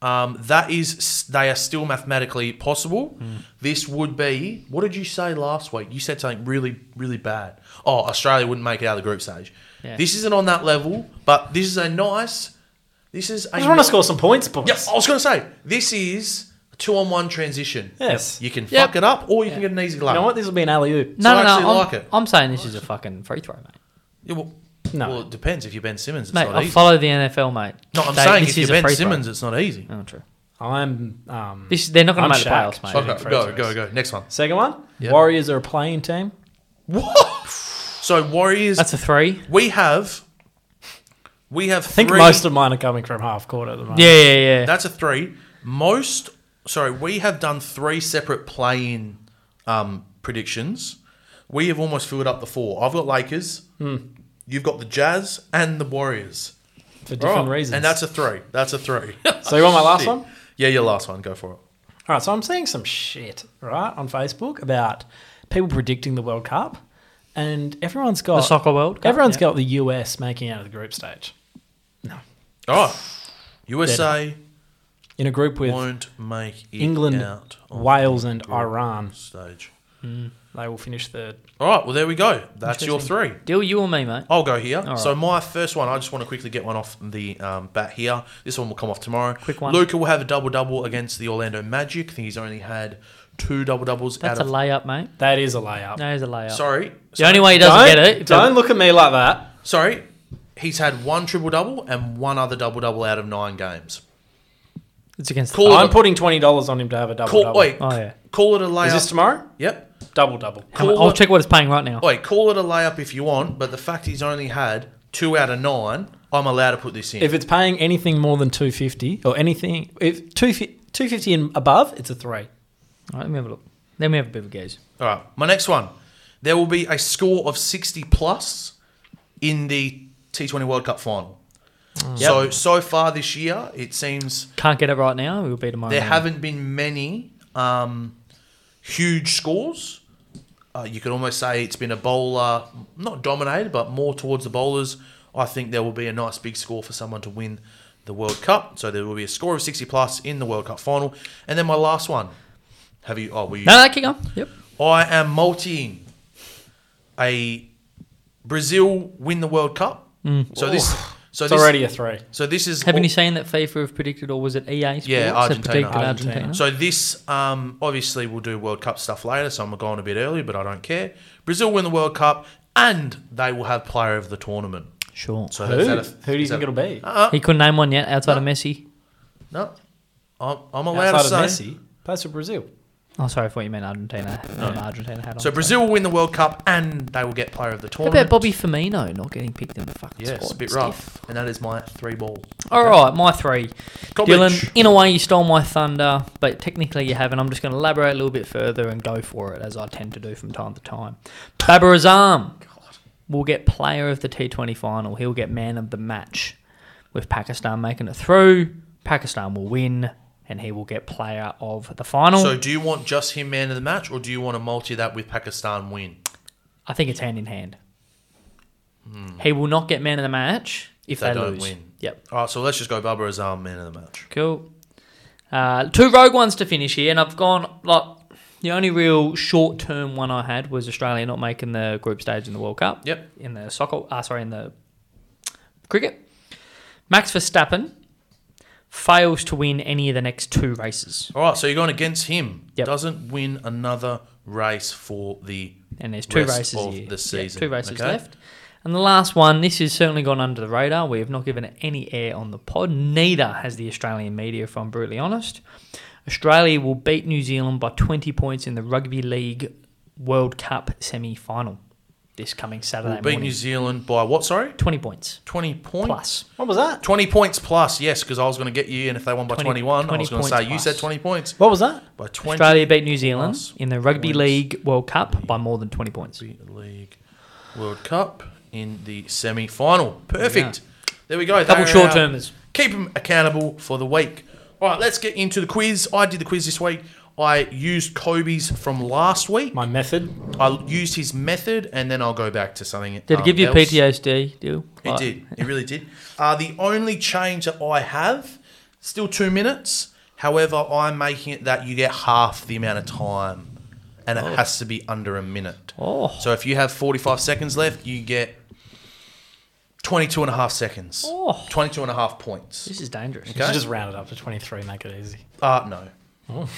Speaker 4: Um, that is, they are still mathematically possible. This would be, what did you say last week? You said something really, really bad. Oh, Australia wouldn't make it out of the group stage.
Speaker 5: Yeah.
Speaker 4: This isn't on that level, but this is a nice. This is.
Speaker 6: I just want to score some points, boys.
Speaker 4: Yeah, I was going to say this is a two-on-one transition.
Speaker 6: Yes.
Speaker 4: you can
Speaker 5: Yep.
Speaker 4: fuck it up, or you can get an easy
Speaker 6: You
Speaker 4: layup.
Speaker 6: know what? This will be an alley oop.
Speaker 5: No,
Speaker 4: I
Speaker 5: no,
Speaker 4: actually
Speaker 5: no. I'm,
Speaker 4: like it.
Speaker 5: I'm saying this is a fucking free throw, mate.
Speaker 4: Yeah, well,
Speaker 6: No.
Speaker 4: well, it depends. If you're Ben Simmons, it's
Speaker 5: Mate,
Speaker 4: not
Speaker 5: I
Speaker 4: easy.
Speaker 5: follow the NFL, mate.
Speaker 4: no, I'm
Speaker 5: They-
Speaker 4: saying
Speaker 5: this
Speaker 4: if you're
Speaker 5: is a
Speaker 4: Ben
Speaker 5: free throw.
Speaker 4: Simmons, it's not easy.
Speaker 5: Oh, true.
Speaker 6: I'm. Um,
Speaker 5: This they're not going
Speaker 6: I'm
Speaker 5: to make the
Speaker 6: Shaq.
Speaker 5: playoffs, mate.
Speaker 6: Fuck.
Speaker 4: Okay,
Speaker 6: free
Speaker 4: go,
Speaker 6: throws.
Speaker 4: go, go. Next one.
Speaker 6: second one
Speaker 4: Yep.
Speaker 6: Warriors are a playing team.
Speaker 4: So Warriors
Speaker 5: That's a three.
Speaker 4: We have, we have.
Speaker 6: I think
Speaker 4: three,
Speaker 6: most of mine are coming from half court at the moment.
Speaker 5: Yeah, yeah, yeah.
Speaker 4: That's a three. Most. Sorry, we have done three separate play-in um, predictions. We have almost filled up the four. I've got Lakers.
Speaker 6: Hmm.
Speaker 4: You've got the Jazz and the Warriors.
Speaker 6: for different
Speaker 4: Right.
Speaker 6: reasons.
Speaker 4: And that's a three. That's
Speaker 6: *laughs*
Speaker 4: a three.
Speaker 6: so you want my last one?
Speaker 4: Yeah, your last one. Go for it.
Speaker 6: All right, so I'm seeing some shit, right, on Facebook about people predicting the World Cup, and everyone's got
Speaker 5: The soccer World Cup,
Speaker 6: Everyone's
Speaker 5: yeah.
Speaker 6: got the US making out of the group stage
Speaker 4: All right. USA
Speaker 6: in a group with
Speaker 4: won't make it
Speaker 6: England,
Speaker 4: out of
Speaker 6: Wales, and
Speaker 4: group
Speaker 6: Iran.
Speaker 4: stage.
Speaker 6: They will finish third.
Speaker 4: All right. Well, there we go. That's your three.
Speaker 5: Deal you or me, mate.
Speaker 4: I'll go here.
Speaker 5: All
Speaker 4: So my first one, I just want to quickly get one off the um, bat here. This one will come off tomorrow. Quick
Speaker 5: one.
Speaker 4: Luca will have a double double against the Orlando Magic. I think he's only had two double doubles out
Speaker 5: That's a
Speaker 4: of.
Speaker 5: layup, mate.
Speaker 6: That is a layup.
Speaker 5: That is a layup.
Speaker 4: sorry,
Speaker 5: The
Speaker 4: sorry,
Speaker 5: only way he doesn't
Speaker 6: don't,
Speaker 5: get it.
Speaker 6: don't look at me like that.
Speaker 4: sorry. He's had one triple double and one other double double out of nine games.
Speaker 5: It's against the
Speaker 4: Cool.
Speaker 5: Thunder.
Speaker 6: I'm putting twenty dollars on him to have a double
Speaker 4: Call,
Speaker 6: double.
Speaker 4: oi,
Speaker 5: Oh, yeah.
Speaker 4: call it a layup.
Speaker 6: Is this tomorrow?
Speaker 4: yep.
Speaker 6: Double double.
Speaker 5: Come on,
Speaker 4: Call
Speaker 5: I'll
Speaker 4: it-
Speaker 5: check what it's paying right now.
Speaker 4: Oi, call it a layup if you want, but the fact he's only had two out of nine, I'm allowed to put this in.
Speaker 6: If it's paying anything more than two fifty or anything, if two two fifty and above, it's a three.
Speaker 5: All right, let me have a look. Then we have a bit of a gaze.
Speaker 4: All right, my next one. There will be a score of 60 plus in the T20 World Cup final. So, so far this year, it seems
Speaker 5: Can't get it right now. We'll be tomorrow.
Speaker 4: there
Speaker 5: morning.
Speaker 4: haven't been many um, huge scores. Uh, you could almost say it's been a bowler, not dominated, but more towards the bowlers. I think there will be a nice big score for someone to win the World Cup. So there will be a score of 60 plus in the World Cup final. And then my last one. Have you? Oh, were you?
Speaker 5: No, no, keep going. Yep.
Speaker 4: I am multiing a Brazil win the World Cup. So this, so
Speaker 6: Mm. It's
Speaker 4: this,
Speaker 6: already a three.
Speaker 4: so this is
Speaker 5: Haven't you seen that FIFA have predicted, or was it EA Sports
Speaker 4: Oh. Yeah,
Speaker 5: that
Speaker 4: Argentina.
Speaker 5: predicted Argentina?
Speaker 6: Argentina.
Speaker 4: So this, um, obviously, we'll do World Cup stuff later. So I'm going a bit early, but I don't care. Brazil win the World Cup, and they will have player of the tournament.
Speaker 5: Sure.
Speaker 4: So Uh.
Speaker 6: Who?
Speaker 4: is that a- Ah,
Speaker 6: Who do you
Speaker 4: is
Speaker 6: think
Speaker 4: that-
Speaker 6: it'll be?
Speaker 5: He couldn't name one yet outside of Messi.
Speaker 4: No, I'm, I'm allowed
Speaker 6: Outside
Speaker 4: to
Speaker 6: of
Speaker 4: say.
Speaker 6: Messi, plays for Brazil.
Speaker 5: Oh, sorry, I thought you meant Argentina. No, Argentina had on.
Speaker 4: So Brazil will win the World Cup, and they will get player of the
Speaker 5: What
Speaker 4: tournament.
Speaker 5: about Bobby Firmino not getting picked in the fucking
Speaker 4: Yes, a
Speaker 5: squad?
Speaker 4: bit
Speaker 5: Steph?
Speaker 4: rough, and that is my three ball.
Speaker 5: All right, my three.
Speaker 4: Gobbage.
Speaker 5: Dylan, in a way, you stole my thunder, but technically you haven't. I'm just going to elaborate a little bit further and go for it, as I tend to do from time to time. Babar Azam will get player of the T20 final. He'll get man of the match. With Pakistan making it through, Pakistan will win, and he will get player of the final.
Speaker 4: So, do you want just him man of the match, or do you want to multi that with Pakistan win?
Speaker 5: I think it's hand in hand. He will not get man of the match if
Speaker 4: Hmm. They
Speaker 5: they,
Speaker 4: don't
Speaker 5: lose.
Speaker 4: win.
Speaker 5: Yep.
Speaker 4: All right, so let's just go Barbara Azam man of the match.
Speaker 5: Cool. Uh, two rogue ones to finish here, and I've gone like the only real short term one I had was Australia not making the group stage in the World Cup.
Speaker 4: Yep.
Speaker 5: In the soccer, ah, sorry, in the cricket, Max Verstappen fails to win any of the next two races,
Speaker 4: All right, so you're going against him.
Speaker 5: Yep.
Speaker 4: Doesn't win another race for the
Speaker 5: and there's two
Speaker 4: Rest
Speaker 5: races
Speaker 4: of
Speaker 5: here.
Speaker 4: the season,
Speaker 5: two races
Speaker 4: okay.
Speaker 5: left. And the last one, this has certainly gone under the radar. We have not given it any air on the pod. Neither has the Australian media, if I'm brutally honest. Australia will beat New Zealand by 20 points in the Rugby League World Cup semi final this coming Saturday
Speaker 4: will beat
Speaker 5: morning.
Speaker 4: New Zealand by what? Sorry,
Speaker 5: 20 points
Speaker 4: 20 points
Speaker 5: plus.
Speaker 6: What was that?
Speaker 4: 20 points plus, yes, because I was going to get you in if they won by
Speaker 5: 20
Speaker 4: 21. I was going
Speaker 5: 20
Speaker 4: to say you
Speaker 5: points
Speaker 4: said
Speaker 5: plus.
Speaker 4: 20 points
Speaker 6: What was that?
Speaker 4: by 20.
Speaker 5: Australia beat New Zealand
Speaker 4: plus
Speaker 5: in the Rugby
Speaker 4: points.
Speaker 5: League World Cup by more than 20 points.
Speaker 4: League World Cup in the semi final. Perfect. There we go.
Speaker 5: Couple
Speaker 4: They are
Speaker 5: short
Speaker 4: our-
Speaker 5: termers.
Speaker 4: Keep them accountable for the week. All right, let's get into the quiz. I did the quiz this week. I used Kobe's from last week.
Speaker 6: My method.
Speaker 4: I used his method, and then I'll go back to something.
Speaker 5: Did it
Speaker 4: um,
Speaker 5: give you
Speaker 4: else.
Speaker 5: PTSD, deal?
Speaker 4: It did. It really did. Uh, the only change that I have, still two minutes. However, I'm making it that you get half the amount of time, and it has to be under a minute.
Speaker 5: Oh.
Speaker 4: So if you have 45 seconds left, you get 22 and a half seconds.
Speaker 5: Oh.
Speaker 4: 22 and a half points.
Speaker 5: This is dangerous.
Speaker 6: You
Speaker 4: Okay.
Speaker 6: should just round it up to 23, make it easy.
Speaker 4: Uh, no. No,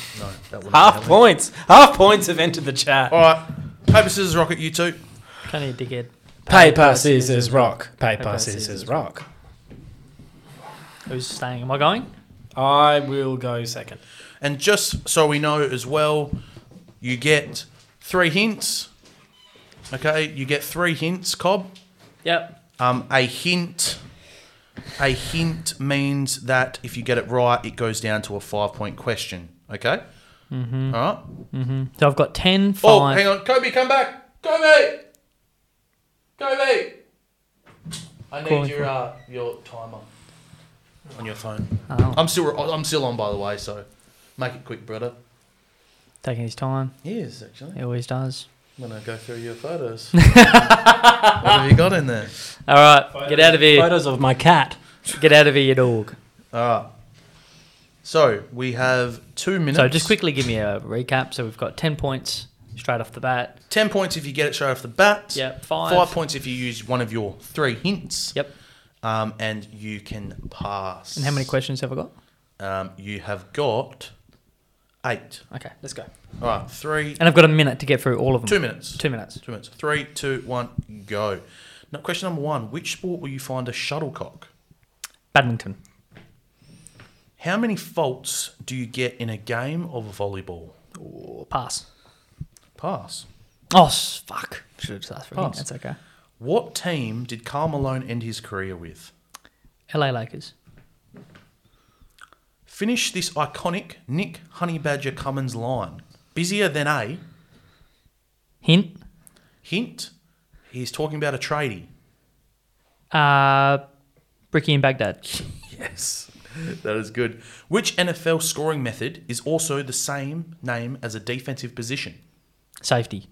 Speaker 4: that wouldn't
Speaker 6: Half
Speaker 4: help me.
Speaker 6: points. Half points have entered the chat.
Speaker 4: All right. Paper, scissors, rocket, you two.
Speaker 5: Kind of a dickhead.
Speaker 6: Paper, scissors, rock. Paper,
Speaker 5: Paper,
Speaker 6: scissors,
Speaker 5: scissors,
Speaker 6: rock.
Speaker 5: Who's staying? Am I going?
Speaker 6: I will go second.
Speaker 4: And just so we know as well, you get three hints. Okay, you get three hints, Cobb.
Speaker 5: Yep.
Speaker 4: Um, a hint, a hint means that if you get it right, it goes down to a five-point question. Okay. Mm-hmm. All right.
Speaker 5: So I've got 10, 5.
Speaker 4: Oh, hang on, Kobe, come back, Kobe, Kobe. I need
Speaker 5: Calling
Speaker 4: your
Speaker 5: for-
Speaker 4: uh, your timer on your phone.
Speaker 5: Oh.
Speaker 4: I'm still I'm still on, by the way. So make it quick, brother.
Speaker 5: Taking his time.
Speaker 4: He is actually.
Speaker 5: He always does.
Speaker 4: I'm gonna go through
Speaker 5: *laughs*
Speaker 4: your photos. what have you got in there?
Speaker 5: All right. Get out of here.
Speaker 6: Photos of my cat.
Speaker 5: Get out of here, you dog.
Speaker 4: All right. So we have two minutes.
Speaker 5: So just quickly give me a recap. So we've got 10 points straight off the bat.
Speaker 4: Ten points if you get it straight off the bat.
Speaker 5: Yep, five.
Speaker 4: Five points if you use one of your three hints.
Speaker 5: Yep.
Speaker 4: Um, and you can pass.
Speaker 5: And how many questions have I got?
Speaker 4: Um, you have got eight.
Speaker 5: Okay, let's go.
Speaker 4: All right. Three.
Speaker 5: And I've got a minute to get through all of them.
Speaker 4: Two minutes.
Speaker 5: Two minutes.
Speaker 4: Two minutes. Three, two, one, go. Now, question number one: Which sport will you find a shuttlecock?
Speaker 5: Badminton.
Speaker 4: How many faults do you get in a game of volleyball?
Speaker 5: Ooh, pass.
Speaker 4: Pass.
Speaker 5: Oh, s- fuck. Should have just asked for a hint.
Speaker 4: Pass.
Speaker 5: That's okay.
Speaker 4: What team did Carl Malone end his career with?
Speaker 5: LA Lakers.
Speaker 4: Finish this iconic Nick Honeybadger Cummins line. Busier than A.
Speaker 5: Hint.
Speaker 4: Hint. He's talking about a tradie.
Speaker 5: Uh, Bricky in Baghdad.
Speaker 4: Yes. That is good. Which NFL scoring method is also the same name as a defensive position?
Speaker 5: Safety.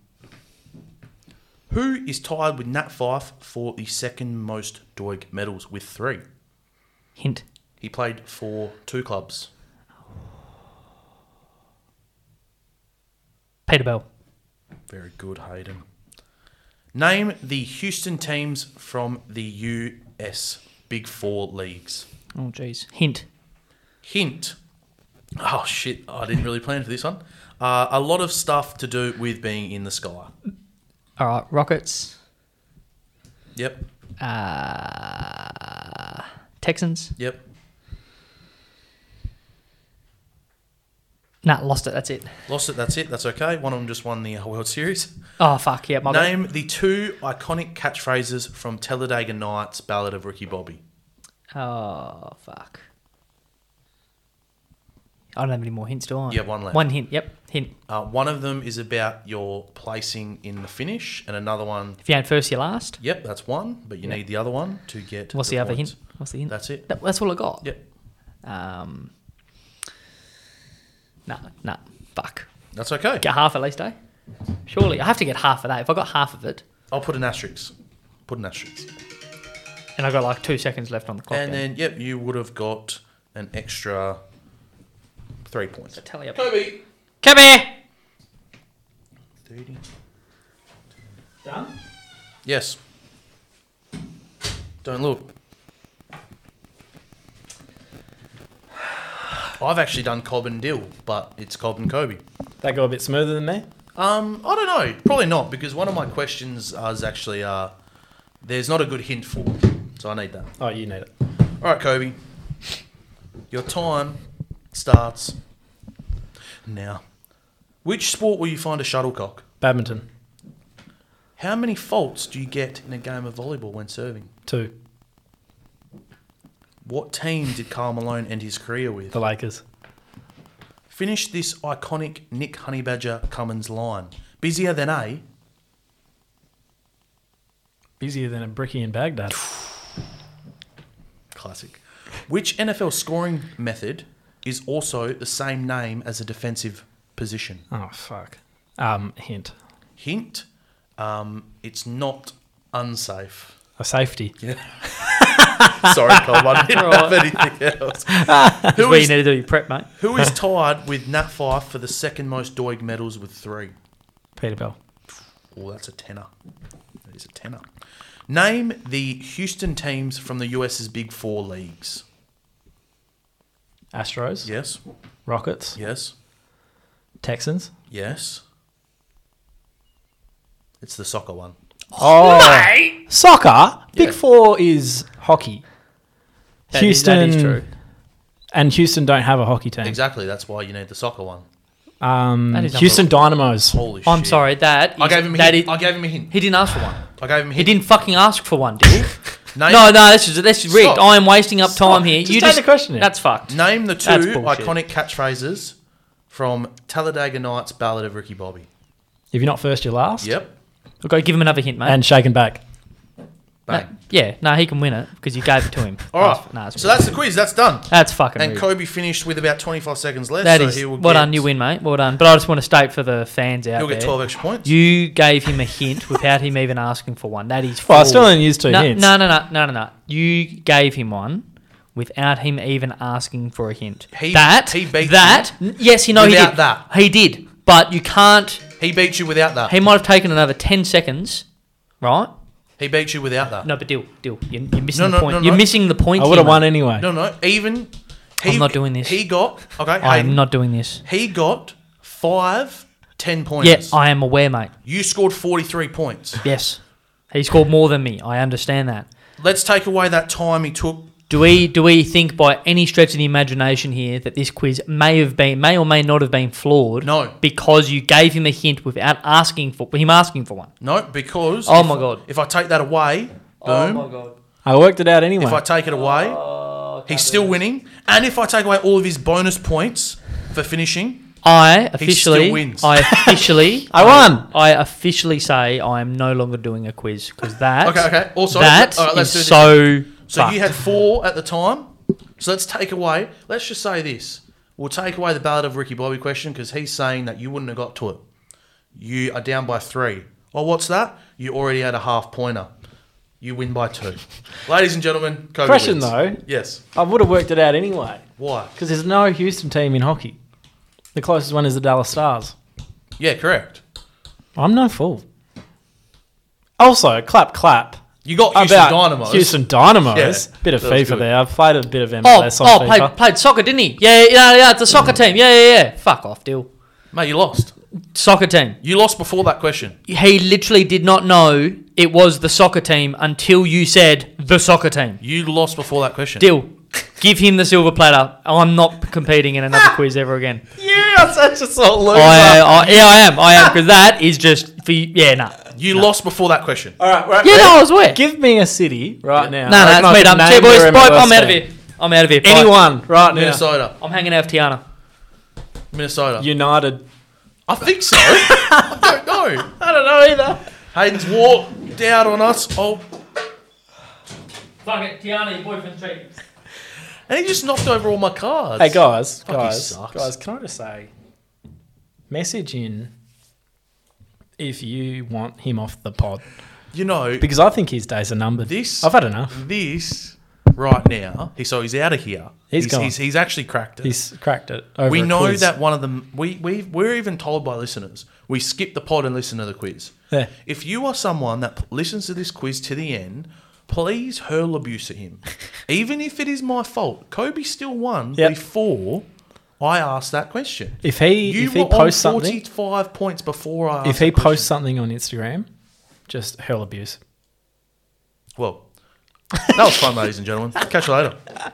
Speaker 4: Who is tied with Nat Fife for the second most Doig medals with three?
Speaker 5: Hint.
Speaker 4: He played for two clubs.
Speaker 5: Peter Bell.
Speaker 4: Very good, Hayden. Name the Houston teams from the US Big Four leagues.
Speaker 5: Oh, jeez. Hint.
Speaker 4: Hint. Oh shit! I didn't really plan for this one. Uh, a lot of stuff to do with being in the sky.
Speaker 5: All right. Rockets.
Speaker 4: Yep. Uh,
Speaker 5: Texans.
Speaker 4: Yep.
Speaker 5: Nah, lost it. That's it.
Speaker 4: Lost it. That's it. That's okay. One of them just won the uh, World Series.
Speaker 5: Oh, fuck. Yeah, my bad.
Speaker 4: Name the two iconic catchphrases from Talladega Nights' Ballad of Ricky Bobby.
Speaker 5: Oh, fuck. I don't have any more hints, do I?
Speaker 4: You have one left.
Speaker 5: One hint. Yep. Hint.
Speaker 4: Uh, one of them is about your placing in the finish, and another one.
Speaker 5: If you ain't first, you're last.
Speaker 4: Yep, that's one. But you need the other one to get.
Speaker 5: What's the, other
Speaker 4: points.
Speaker 5: hint? What's the hint?
Speaker 4: That's it.
Speaker 5: That- that's all I got.
Speaker 4: Yep,
Speaker 5: Um, nah, nah. Fuck.
Speaker 4: that's okay.
Speaker 5: Get half at least, eh? Surely. I have to get half of that. If I got half of it,
Speaker 4: I'll put an asterisk. Put an asterisk.
Speaker 5: and I got like two seconds left on the clock.
Speaker 4: and then, yep, you would have got an extra three points.
Speaker 5: tally up. Kobe. Come here.
Speaker 4: 30.
Speaker 6: Done?
Speaker 4: Yes. Don't look. I've actually done Cobb and Dill, but it's Cobb and Kobe.
Speaker 6: That got a bit smoother than me.
Speaker 4: Um, I don't know. Probably not, because one of my questions is actually uh, there's not a good hint for, so I need that.
Speaker 6: Oh, you need it.
Speaker 4: All right, Kobe. Your time starts now. Which sport will you find a shuttlecock?
Speaker 6: Badminton.
Speaker 4: How many faults do you get in a game of volleyball when serving?
Speaker 6: Two.
Speaker 4: What team did Carl Malone end his career with?
Speaker 6: The Lakers.
Speaker 4: Finish this iconic Nick Honeybadger Cummins line. Busier than A.
Speaker 6: Busier than a bricky in *sighs* Baghdad.
Speaker 4: Classic. Which NFL scoring method is also the same name as a defensive position?
Speaker 6: Oh, fuck. Um, hint.
Speaker 4: Hint: um, It's not unsafe.
Speaker 6: A safety.
Speaker 4: *laughs* Sorry, Colm, I didn't have anything else.
Speaker 5: That's
Speaker 4: who,
Speaker 5: where you
Speaker 4: is,
Speaker 5: need to do your prep, mate.
Speaker 4: who is tied with Nat Fife for the second most Doig medals with three?
Speaker 6: Peter Bell.
Speaker 4: Oh, that's a tenner. That is a tenner. Name the Houston teams from the US's Big Four leagues.
Speaker 6: Astros.
Speaker 4: Yes.
Speaker 6: Rockets.
Speaker 4: Yes.
Speaker 6: Texans.
Speaker 4: Yes. It's the soccer one.
Speaker 6: Oh. Soccer. Big Four is hockey.
Speaker 5: That is-
Speaker 6: Houston.
Speaker 5: that is true.
Speaker 6: And Houston don't have a hockey team.
Speaker 4: Exactly. That's why you need the soccer one.
Speaker 6: Um,
Speaker 5: That is Oh,
Speaker 6: Houston Dynamos.
Speaker 4: Holy shit.
Speaker 5: I'm sorry. That is,
Speaker 4: I gave him a
Speaker 5: that
Speaker 4: hint.
Speaker 5: is-
Speaker 4: I gave him a hint.
Speaker 5: he didn't ask for one.
Speaker 4: I gave him a
Speaker 5: He
Speaker 4: hint.
Speaker 5: didn't fucking ask for one,
Speaker 4: *laughs*
Speaker 5: did he?
Speaker 4: Name,
Speaker 5: No, no, this is this is rigged.
Speaker 4: Stop.
Speaker 5: I am wasting up time here.
Speaker 6: Just take the question out.
Speaker 5: That's fucked.
Speaker 4: Name the two
Speaker 5: That's bullshit.
Speaker 4: iconic catchphrases from Talladega Nights' Ballad of Ricky Bobby.
Speaker 6: If you're not first, you're last.
Speaker 4: Yep.
Speaker 5: Okay, give him another hint, mate.
Speaker 6: And shaken back.
Speaker 4: Bang.
Speaker 5: No, yeah, no, he can win it because you gave it to him.
Speaker 4: All right.
Speaker 5: nah,
Speaker 4: so that's the quiz. That's done.
Speaker 5: that's fucking.
Speaker 4: And
Speaker 5: rude.
Speaker 4: Kobe finished with about 25 seconds left.
Speaker 5: That
Speaker 4: so
Speaker 5: is
Speaker 4: he will
Speaker 5: well
Speaker 4: get,
Speaker 5: done. You win, mate. Well done. But I just want to state for the fans out
Speaker 4: He'll
Speaker 5: there,
Speaker 4: get 12 extra points.
Speaker 5: you gave him a hint without him even asking for one. That is.
Speaker 6: Well, I
Speaker 5: fraud.
Speaker 6: still only used two
Speaker 5: no,
Speaker 6: hints.
Speaker 5: No, no, no, no, no, no. You gave him one without him even asking for a hint.
Speaker 4: He-
Speaker 5: that
Speaker 4: he beat
Speaker 5: that. Yes, you know he
Speaker 4: without
Speaker 5: did.
Speaker 4: that.
Speaker 5: He did. But you can't.
Speaker 4: he beat you without that.
Speaker 5: He
Speaker 4: He,
Speaker 5: might have taken another 10 seconds, right?
Speaker 4: beat you without that.
Speaker 5: No, but deal, deal. You're, you're missing
Speaker 4: No,
Speaker 5: the
Speaker 4: no,
Speaker 5: point.
Speaker 4: no, no.
Speaker 5: you're missing the point.
Speaker 6: I would have
Speaker 5: here,
Speaker 6: won
Speaker 5: mate.
Speaker 6: anyway.
Speaker 4: No, no. Even. He,
Speaker 5: I'm not doing this.
Speaker 4: He got. Okay.
Speaker 5: I am
Speaker 4: Hayden,
Speaker 5: not doing this.
Speaker 4: He got five, 10 points.
Speaker 5: Yes, I am aware, mate.
Speaker 4: you scored 43 points.
Speaker 5: Yes, he scored more than me. I understand that.
Speaker 4: Let's take away that time he took.
Speaker 5: Do we do we think by any stretch of the imagination here that this quiz may have been may or may not have been flawed?
Speaker 4: No.
Speaker 5: because you gave him a hint without asking for him asking for one.
Speaker 4: No, because.
Speaker 5: Oh
Speaker 4: if-
Speaker 5: my God. Oh
Speaker 4: If I take that away, boom.
Speaker 5: god!
Speaker 6: I worked it out anyway.
Speaker 4: If I take it away,
Speaker 5: Oh,
Speaker 4: he's still winning. And if I take away all of his bonus points for finishing,
Speaker 5: I
Speaker 4: still
Speaker 5: officially,
Speaker 4: wins. *laughs*
Speaker 5: I officially,
Speaker 6: I won.
Speaker 5: I officially say I am no longer doing a quiz because that,
Speaker 4: Okay, okay. Also,
Speaker 5: that
Speaker 4: all right, let's
Speaker 5: is
Speaker 4: do this.
Speaker 5: so.
Speaker 4: So you
Speaker 5: fucked.
Speaker 4: had four at the time. So let's take away. Let's just say this: we'll take away the ballad of Ricky Bobby question because he's saying that you wouldn't have got to it. You are down by three. Well, what's that? You already had a half pointer. You win
Speaker 6: *laughs*
Speaker 4: by two. Ladies and gentlemen, Kobe
Speaker 6: Question,
Speaker 4: wins.
Speaker 6: though.
Speaker 4: Yes.
Speaker 6: I would have worked it out anyway
Speaker 4: Why?
Speaker 6: because there's no Houston team in hockey. The closest one is the Dallas Stars.
Speaker 4: Yeah, correct.
Speaker 6: I'm no fool. Also, clap clap.
Speaker 4: You got Houston
Speaker 6: about
Speaker 4: Dynamos.
Speaker 6: Houston Dynamos.
Speaker 4: Yeah,
Speaker 6: bit of
Speaker 4: that was
Speaker 6: FIFA
Speaker 4: good.
Speaker 6: there. I've played a bit of
Speaker 5: Oh,
Speaker 6: MLS
Speaker 5: oh
Speaker 6: on FIFA.
Speaker 5: played, played soccer, didn't he? Yeah, yeah, yeah. It's a soccer
Speaker 4: Mm.
Speaker 5: team. Yeah, yeah, yeah. Fuck off, deal.
Speaker 4: mate. You lost.
Speaker 5: Soccer team.
Speaker 4: You lost before that question.
Speaker 5: He literally did not know it was the soccer team until you said the soccer team.
Speaker 4: You lost before that question.
Speaker 5: Deal. Give him the silver platter. I'm not competing in another quiz ever again.
Speaker 4: *laughs*
Speaker 6: Yeah, such a sort loser.
Speaker 5: I, I, yeah, I am. I am because that is just for you. yeah, nah.
Speaker 4: You lost before that question.
Speaker 6: all right, right.
Speaker 5: Yeah, no, I was aware.
Speaker 6: Give me a city right now.
Speaker 5: No, no,
Speaker 6: Reckon I
Speaker 5: it's me
Speaker 6: can
Speaker 5: done.
Speaker 6: name
Speaker 5: Cheers, boys.
Speaker 6: your
Speaker 5: Bye.
Speaker 6: MLS
Speaker 5: I'm out of
Speaker 6: team.
Speaker 5: here. I'm out of here. Bye.
Speaker 6: Anyone right now?
Speaker 4: Minnesota.
Speaker 5: I'm hanging out with Tiana.
Speaker 4: Minnesota.
Speaker 6: United.
Speaker 4: I think so. I don't know.
Speaker 5: I don't know either.
Speaker 4: Hayden's walked out on us. Oh,
Speaker 5: Fuck it, Tiana, your boyfriend's treating.
Speaker 4: and he just knocked over all my cards.
Speaker 6: Hey guys,
Speaker 4: he
Speaker 6: guys,
Speaker 4: sucks.
Speaker 6: guys. Can I just say, message in if you want him off the pod
Speaker 4: You know
Speaker 6: because I think his days are numbered.
Speaker 4: This-
Speaker 6: I've had enough.
Speaker 4: this right now. He so he's out of here.
Speaker 6: He's gone.
Speaker 4: he's he's actually cracked it.
Speaker 6: He's cracked it. Over
Speaker 4: we
Speaker 6: a
Speaker 4: know
Speaker 6: quiz.
Speaker 4: that one of them. We we we're even told by listeners we skip the pod and listen to the quiz.
Speaker 6: Yeah.
Speaker 4: If you are someone that p- listens to this quiz to the end, please hurl abuse
Speaker 6: *laughs*
Speaker 4: at him, even if it is my fault. Kobe still won
Speaker 6: Yep.
Speaker 4: before I asked that question.
Speaker 6: If he
Speaker 4: you
Speaker 6: if he
Speaker 4: were
Speaker 6: posts
Speaker 4: on
Speaker 6: something,
Speaker 4: forty-five points before I.
Speaker 6: if
Speaker 4: asked
Speaker 6: he
Speaker 4: that question.
Speaker 6: posts something on Instagram, just hurl abuse. *laughs*
Speaker 4: well, that was fun, ladies and gentlemen. Catch you later.